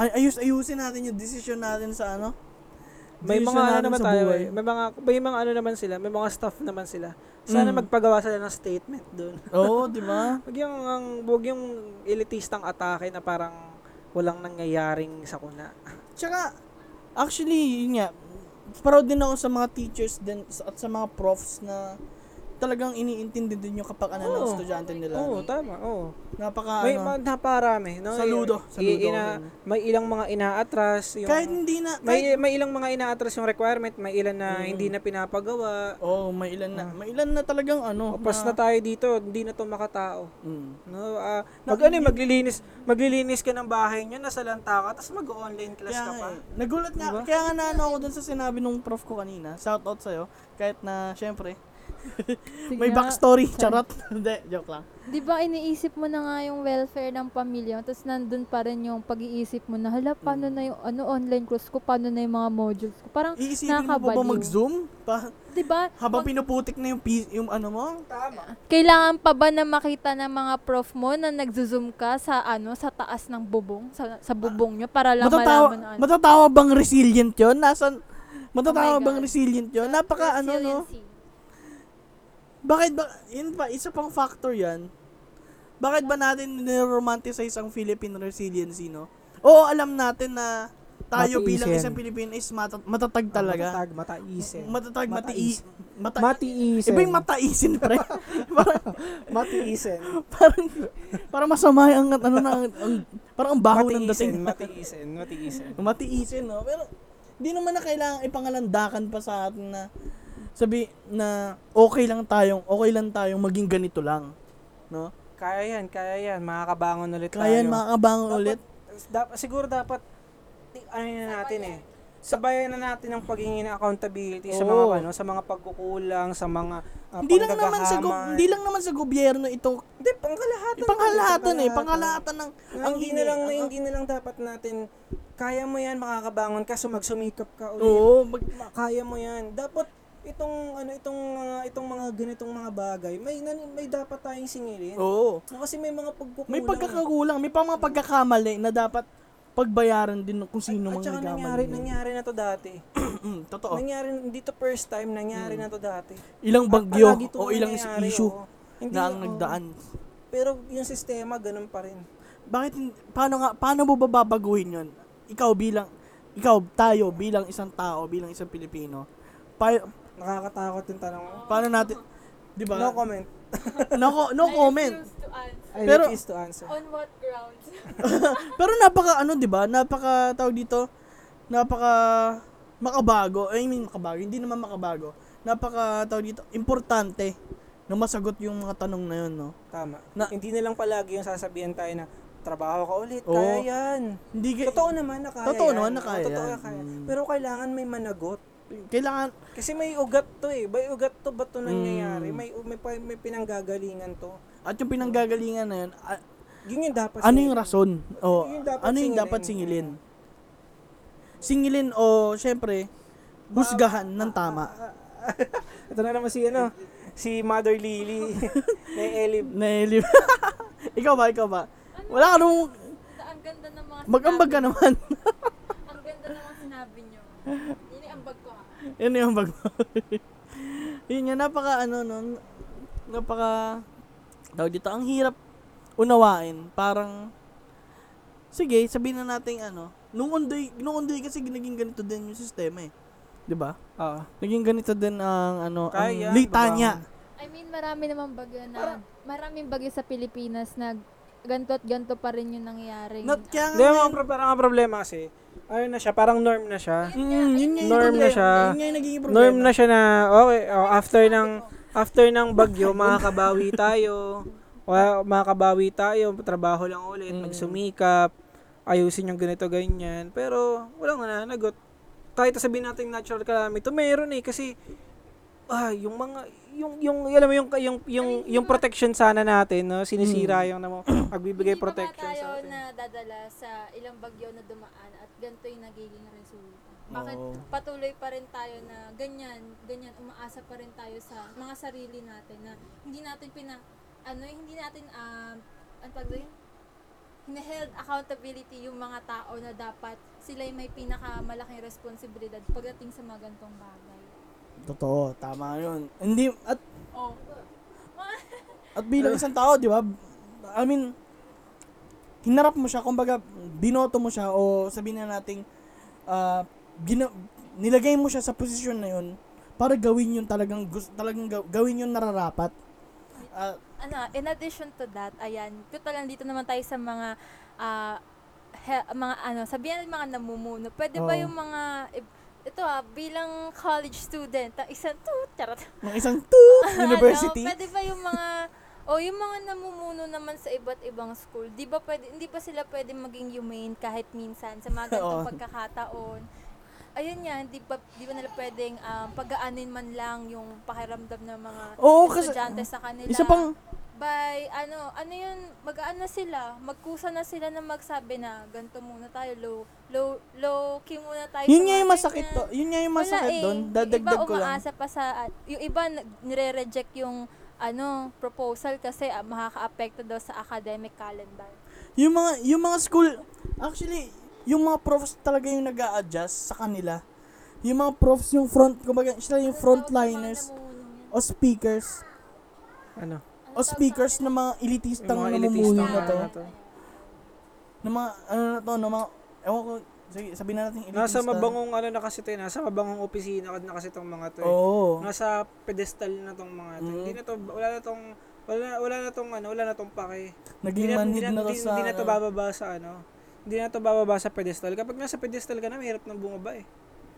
ay- ayus, ayusin natin yung decision natin sa ano. May Decision mga ano natin naman sa tayo, buhay. eh. may mga may mga ano naman sila, may mga staff naman sila. Sana Mm. magpagawa sila ng statement doon. Oo, di ba? Huwag yung, ang, huwag yung elitistang atake na parang walang nangyayaring sakuna. Tsaka, actually, yun nga, proud din ako sa mga teachers din sa- at sa mga profs na talagang iniintindi din yung kapakanan ng Oo. estudyante nila. Oo, tama. Oo. Napaka May ano, ma- naparami. No? Saludo. I- Saludo ako ina- dun. may ilang mga inaatras. Yung, kahit hindi na kahit, may, may ilang mga inaatras yung requirement. May ilan na Mm. hindi na pinapagawa. oh, may ilan na Ah. may ilan na talagang ano. O, pass na tayo dito. Hindi na to makatao. Mm. No, ah, mag ano, eh, maglilinis, maglilinis ka ng bahay niyo, nasa lanta ka, tapos mag-online class Kaya ka nga pa. eh. Nagulat nga. Diba? Kaya nga naano ako dun sa sinabi nung prof ko kanina. Shout out sa'yo. Kahit na, syempre, Sige may nga. backstory. Charot. Hindi, joke lang. Di ba iniisip mo na nga yung welfare ng pamilya, tapos nandun pa rin yung pag-iisip mo na, hala, Mm. paano na yung ano, online course ko, paano na yung mga modules ko. Parang, Iisipin mo pa ba Nakabaliw. mag-zoom? Pa, di ba, habang pinuputik na yung, pi- yung ano mo? kailangan pa ba na makita ng mga prof mo na nagzo-zoom ka sa ano, sa taas ng bubong, sa, sa bubong nyo, para lang Matatawa, malaman na ano. matatawa bang resilient yon Nasaan? Matatawa Oh my bang God. resilient yon Napaka ano no? Resiliency. Bakit ba, yun pa, isa pang factor yan. Bakit ba natin niromanticize ang Philippine resiliency, no? Oo, alam natin na tayo Matiis bilang yan. Ah, isang Pilipino is matat- matatag talaga. Matatag, mataisin. Matatag, matii, Matais. mata, Matiisin. Iba yung mataisin, pre. parang, matiisin. parang, parang masama ang, ano na, ang, ang- parang ang baho ng dating. Matiisin, matiisin, matiisin. Matiisin, no? Pero, di naman na kailangan ipangalandakan pa sa atin na sabi na okay lang tayong okay lang tayong maging ganito lang no Kaya yan, kaya yan. Makakabangon ulit tayo. kaya yan makakabangon Dapat- ulit dap- siguro dapat, i- ano na natin eh, sabayan na natin ang paghingi ng accountability sa mga Oo. ano, sa mga pagkukulang, sa mga ah, hindi lang naman sa go- panggagahaman. hindi lang naman sa gobyerno ito Hindi, pangkalahatan. pangkalahatan eh pangkalahatan ng Na hindi na ini- lang, na ang- hindi na lang dapat natin, kaya mo yan, makakabangon ka, sumagsumikap ka ulit. oo mag, kaya mo yan. Dapat itong ano itong mga itong mga ganitong mga bagay may nan- may dapat tayong singilin. oo No, kasi may mga pagkukulang. eh. may pagkakagulang may pa mga pagkakamali na dapat pagbayaran din kung At sino mang saka nangyari, nagkamali nangyari na to dati. Mm, totoo Nangyari, hindi to first time, nangyari Hmm. na to dati. ilang At bagyo palagi to o ilang nangyayari, issue oo. Hindi, na ang oo. nagdaan Pero yung sistema, ganun pa rin. bakit hin- paano nga paano mo ba babaguhin 'yon? Ikaw bilang ikaw tayo bilang isang tao, bilang isang Pilipino. Pa- Nakakatakot yung tanong. mo. paano natin 'di ba? No comment. no, co- no comment. I Pero- refuse to answer. On what grounds? Pero napaka ano 'di ba? Napaka tawag dito napaka makabago. I mean makabago, hindi naman makabago. Napaka tawag dito importante na masagot yung mga tanong na 'yon, no. Tama. Na- hindi na lang palagi yung sasabihan tayo na trabaho ka ulit, Oo. kaya yan. Hindi ka- Totoo naman na kaya Totoo yan. naman na kaya Totoo yan. na kaya. Mm. Pero kailangan may managot. kailangan Kasi may ugat to eh. May ugat to, ba't to nangyayari? Mm. May, may, pa- may pinanggagalingan to. at yung pinanggagalingan na 'yon, a- Yun yung dapat. ano yung singilin. rason? O, Yun yung dapat ano yung singilin. dapat singilin? Singilin o, syempre, husgahan ng Ah, tama. Ito na naman si ano, si Mother Lily. May Elib. Nailip. ikaw ba, ikaw ba? Wala ka nung, ang ganda ng mga mag-ambag ka naman. Ang ganda ng mga sinabi nyo. Iniambag ko ha. Yun yung ambag mo. Yun nga, napaka ano nun, napaka, daw dito, ang hirap unawain. Parang, sige, sabihin na natin ano, nung undoy, nung undoy kasi naging ganito din yung sistema eh. 'Di ba? Oo. Naging ganito din ang ano, Kaya, ang litanya. I mean, marami namang bagyo na, maraming bagyo sa Pilipinas na ganto at ganto pa rin yung nangyari. Not kaya nga Hindi, mga pro- parang ang problema kasi, ano na siya, parang norm na siya. Mm, yun nga yung Norm na problema. siya. Yun nga yung naging problema. Norm na siya na, okay, oh, after ng, after ng bagyo, makakabawi tayo. Well, makakabawi tayo, trabaho lang ulit, Mm. magsumikap, ayusin yung ganito, ganyan. Pero, walang nananagot. Kahit sabihin natin natural calamity, mayroon eh, kasi, ah, yung mga, yung, yung, alam mo, yung, yung, yung, yung protection sana natin, no? Mm. sinisira yung, ano, magbibigay Hindi pa ba protection sa tayo atin. nadadala sa ilang bagyo na dumaan at ganito yung nagiging resulta? Bakit Oo. patuloy pa rin tayo na ganyan, ganyan, umaasa pa rin tayo sa mga sarili natin na hindi natin pina, ano, yung hindi natin, um, ang tawag doon? held accountability yung mga tao na dapat sila yung may pinakamalaking responsibilidad pagdating sa mga gantong bagay. Totoo, tama yun. Hindi, at, Oh. at bilang isang tao, di ba? I mean, hinarap mo siya, kumbaga, binoto mo siya, o sabihin na natin, ah, gina- nilagay mo siya sa posisyon na yun para gawin yung talagang gusto, talagang gaw- gawin yung nararapat. Ah, ano, in addition to that, ayan, total dito naman tayo sa mga ah, he- mga ano, sabihan ng mga namumuno. Pwede ba Oo. yung mga ib- ito ah, bilang college student, ang isang toot, charot. ng isang toot Ano, university. pwede ba yung mga o yung mga namumuno naman sa iba't ibang school, 'di ba pwede hindi ba sila pwede maging humane kahit minsan sa mga ganitong Oo. pagkakataon? Ayun nga, hindi ba, di ba nila pwedeng ah, pagaanin man lang yung pakiramdam ng mga Oo, kasi estudyante sa kanila? isa pang by ano, ano yun, magaan na sila, magkusa na sila na magsabi na ganito muna tayo, low, low, low key muna tayo. yun sa nga mga yung masakit ganyan. to. Yun nga yung Wala masakit eh. doon. Yung Dadagdag iba ko lang. umaasa pa sa, yung iba nag- nire-reject yung ano, proposal kasi ah, makaka-apekto daw sa academic calendar. Yung mga yung mga school actually yung mga profs talaga yung nag adjust sa kanila. Yung mga profs yung front kumbaga sila yung frontliners o speakers Ano? o speakers ng mga elitistang Yung mga namumuno elitistang na to. ano to. Ng mga ano na to, ng mga ewan ko, sige, sabihin na natin elitista. Nasa mabangong ano na kasi to, eh, nasa mabangong opisina na kasi tong mga to. eh. Oo. Nasa pedestal na tong mga to. Mm. Hindi na to, wala na tong, wala, wala na tong ano, wala na tong pake. Naging Hindi na, hindi manhid na, na to hindi- sa hindi na to bababa sa ano. Hindi na to bababa sa pedestal. Kapag nasa pedestal ka na, mahirap nang bumaba eh.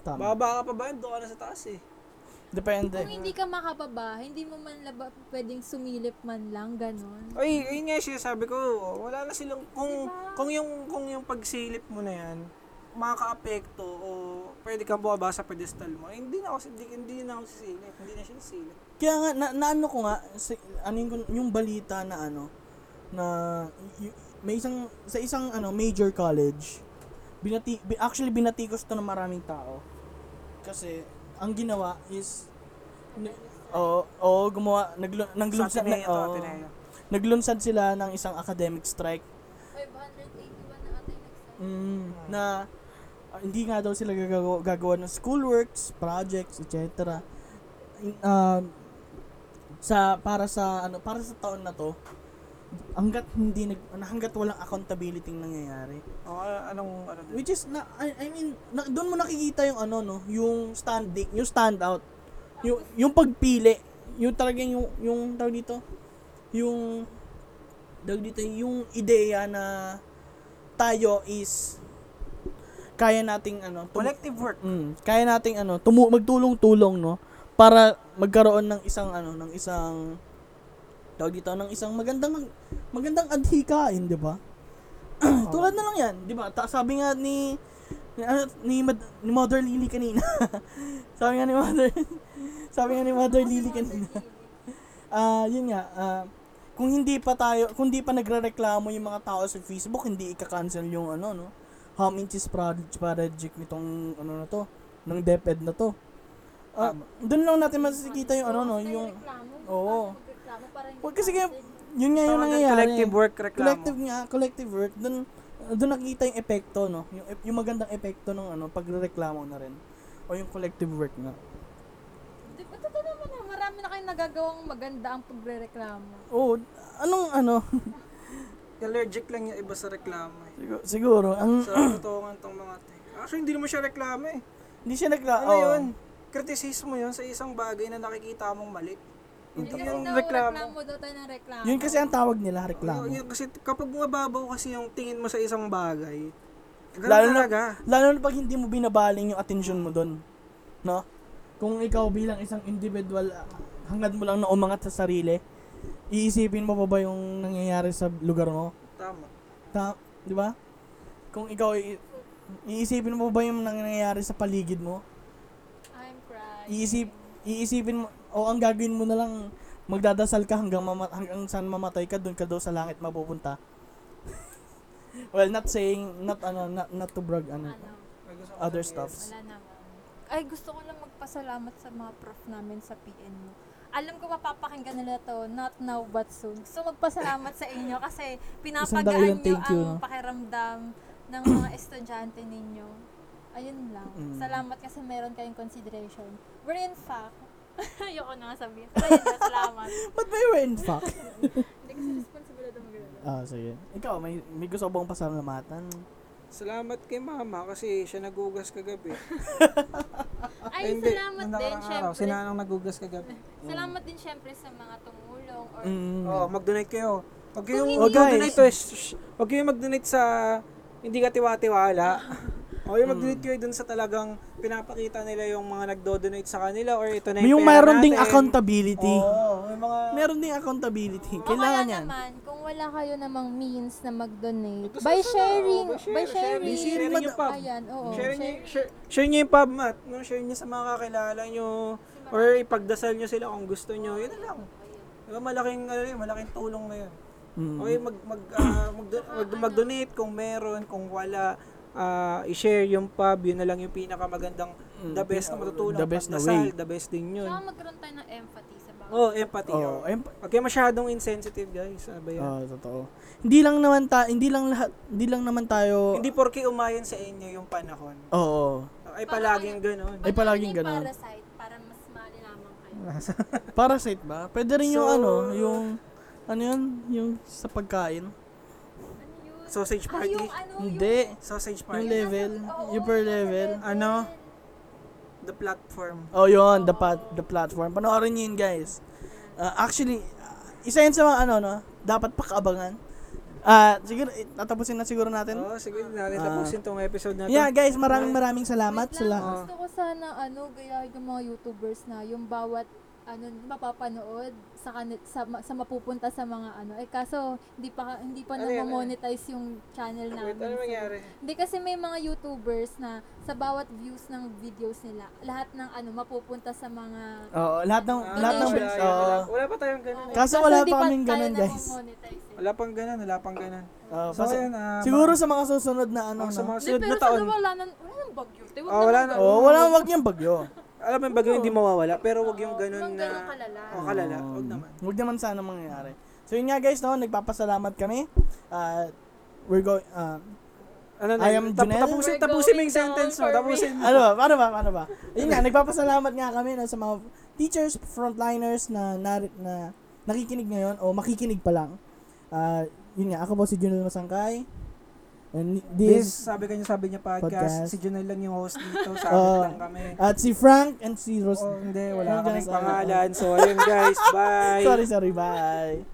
Tama. Bababa ka pa ba? Doon ka na sa taas eh. Depende. Kung hindi ka makababa, hindi mo man laba, pwedeng sumilip man lang, ganon. Ay, ayun nga siya sabi ko, wala na silang kung kung yung kung yung pagsilip mo na yan makakaapekto o pwede kang bumaba sa pedestal mo. Eh, hindi na ako hindi, hindi na ako sisilip, hindi na siya sisilip. Kaya nga, na, naano ko nga, si, ano yung, yung balita na ano, na y- y- may isang, sa isang ano, major college, binati, bi- actually binatikos to ng maraming tao. Kasi, ang ginawa is, n- oo, oo, gumawa, naglu, Sa naglunsad, na, Ateneo to, oo. Ateneo. naglunsad sila ng isang academic strike 581 na ata yung Mm, na ah, hindi nga daw sila gagawa, gagawa ng schoolworks, projects, etc. In- Um, sa para sa ano para sa taon na to hangga't hindi nag hangga't walang accountability ang nangyayari Oh, ano- anong ano dun? which is na I, I mean na, doon mo nakikita yung ano no yung standing yung standout yung yung pagpili yung talagang yung yung tawag dito yung tawag dito yung ideya na tayo is kaya nating ano tum- collective work. Mm, kaya nating ano, tumu- magtulong-tulong no para magkaroon ng isang ano, ng isang tawag dito ng isang magandang magandang adhikain, 'di ba? Tulad na lang 'yan, 'di ba? Ta- sabi nga ni ni, ano, ni, Mad- ni Mother Lily kanina. sabi nga ni Mother Sabi nga ni Mother Lily kanina. Ah, yun nga, ah, kung hindi pa tayo, kung hindi pa nagrereklamo yung mga tao sa Facebook, hindi ika-cancel yung ano, no? How Inches Project, Project nitong ano na to, ng DepEd na to. Ah, doon lang natin masasikita yung ano, no? Yung, Oo. Wag kasi kaya, yun nga yung Tawag doon, nangyayari. collective work reklamo. Collective nga, collective work. Doon, doon nakita yung epekto, no? Yung, yung magandang epekto ng ano, pagrereklamo na rin. O yung collective work nga. Di ba totoo naman na marami na kayong nagagawang maganda ang pagre-reklamo. Oh, anong ano? Allergic lang yung iba sa reklamo. Eh. siguro, siguro, ang, Sa katotohanan tong mga to. eh. Actually, hindi naman siya reklamo eh. hindi siya nagla... Ano oo. yun? Kritisismo yun sa isang bagay na nakikita mong mali. Hindi Hindi kasi yung daw reklamo. reklamo daw tayo ng reklamo. Yun kasi ang tawag nila, reklamo. Oo, Ano yun, kasi kapag mababaw kasi yung tingin mo sa isang bagay, ganun Lalo na- talaga. Lalo na pag hindi mo binabaling yung atensyon mo doon. No? Kung ikaw bilang isang individual, ah, hangad mo lang na umangat sa sarili, iisipin mo pa ba yung nangyayari sa lugar mo? Tama. Ta- di ba? Kung ikaw, i- iisipin mo ba yung nangyayari sa paligid mo? I'm crying. Iisip, iisipin mo, o ang gagawin mo na lang, magdadasal ka hanggang, mama, hanggang saan mamatay ka, doon ka daw sa langit mapupunta. well, not saying, not ano, not, not to brag, ano, Ano, May gusto ko other sabihin. stuffs. wala naman. Ay, gusto ko lang magpasalamat sa mga prof namin sa PN mo. Alam ko mapapakinggan nila to, not now but soon. Gusto ko magpasalamat sa inyo kasi dakilang pinapagaan nyo thank you, ang no? pakiramdam ng mga estudyante ninyo. Ayun lang. Mm. Salamat kasi meron kayong consideration. We're in fact, ayoko na nga sabihin. Pero ayun lang, salamat. But may were in fact. Hindi kasi responsibilidad mo gano'n. ah, sige. Ikaw, may, may gusto bang pasalamatan? Salamat kay mama kasi siya nagugas kagabi. Ah, Ay, Hindi, salamat Nung din, nakaraang araw, syempre. sinanang nagugas kagabi. Salamat din, syempre, sa mga tumulong or Mm. Oo, mag-donate kayo. Huwag kayong hindi- Oh, guys. mag-donate. eh. Shh, shh. Huwag kayong mag-donate sa hindi ka tiwa-tiwala. o yung mag-donate Mm. kayo dun sa talagang pinapakita nila yung mga nagdo-donate sa kanila or ito na May yung, yung pera meron ding natin. accountability. Oo, may mga... Oh. Meron ding accountability. O kaya Kailangan yan. naman, kung wala kayo namang means na mag-donate, Gusto by ko sana, sharing, oh, by sharing, oh. By sharing, Mad- yung pub. Ayan, oo. Share niyo, sharing. share, share niyo yung pub, Matt. No? Share niyo sa mga kakilala niyo. Or ipagdasal niyo sila kung gusto niyo. Yun na lang. Diba, malaking, ano yun, malaking tulong na yun. Mm. Okay, mag, mag, ah, magdo- mag- mag-donate kung meron, kung wala. ah, i-share yung pub, yun na lang yung pinakamagandang the best na matutulong. Mm. The best na Pagdasal, way. The best din yun. Saka magkaroon tayo ng empathy sa bawat. Oh, empathy. Oo, Oh, ayun pa- Huwag kayo masyadong insensitive, guys. Ano ba yan? Oo, Ah, totoo. Hindi lang naman ta hindi lang lahat, hindi lang naman tayo Hindi porke umayon sa inyo yung panahon. Oo. Ay, palaging ganun. Ay, palaging Ano yun, ganun. Parasite, para mas malinaman kayo. Parasite ba? Pwede rin yung So- ano, yung ano yun, yung sa pagkain. Ano yun? Sausage Ah, party. yung ano, Hindi. Sausage Yung party. level, Oo, yung per nasa level. Ano? The platform. Oh, yun, the pat the platform. Panoorin niyo yun, guys. Uh, actually, uh, isa yan sa mga ano, no? Dapat pakaabangan. Ah, siguro eh, tatapusin na siguro natin. Oo, Oh, sige, natin tapusin tong episode natin. Ah. Yeah, guys, maraming maraming Yung, salamat wait sa lang, lahat. gusto ko sana, ano, gayahin yung mga YouTubers na yung bawat ano mapapanood sa kanit sa, ma- sa mapupunta sa mga ano eh kaso hindi pa hindi pa Ano yan, ano? na-monetize yung channel Wait, namin. ano nangyari? Hindi kasi may mga YouTubers na sa bawat views ng videos nila, lahat ng ano mapupunta sa mga Oo, lahat ng Ah, lahat ng wala, bits. yun, wala. Oo. Wala pa tayong ganun. eh. Kaso wala hindi pa kaming tayo ganun, guys. namamonetize eh. Wala pang ganun, wala pang ganun. Oo, So, basta- ayun, ah, Siguro sa mga susunod na ano, mga- sa no? mga Hindi, sunod pero na taon. sana wala nang, wala nang bagyo. Te, wag Ah, wala naman na. Oo, oh, wala, wag niyang bagyo. Alam mo, yung bagyo hindi mawawala, pero wag yung ganun. ganun Huwag na... ganun kalala. Oo, kalala. Wag naman. Huwag naman sana mangyayari. So yun nga guys, no, nagpapasalamat kami. Uh, we're going, uh, Ano na, I am tap- Junel. tapusin, We're tapusin mo going yung sentence mo. down for Tapusin mo. ano ba, paano ba, paano ba? Yun nga, nagpapasalamat nga kami no, sa mga teachers, frontliners na, na, na nakikinig ngayon o makikinig pa lang. Uh, yun nga, ako po si Junel Masangkay. And This, this, sabi kanya, sabi niya podcast. Podcast. Si Junel lang yung host dito. Sa Oo. lang kami. at si Frank and si Rose. Oh, hindi, Oh, wala kaming guys, ah, ah. pangalan. So, ayun guys, bye. Sorry, sorry, bye.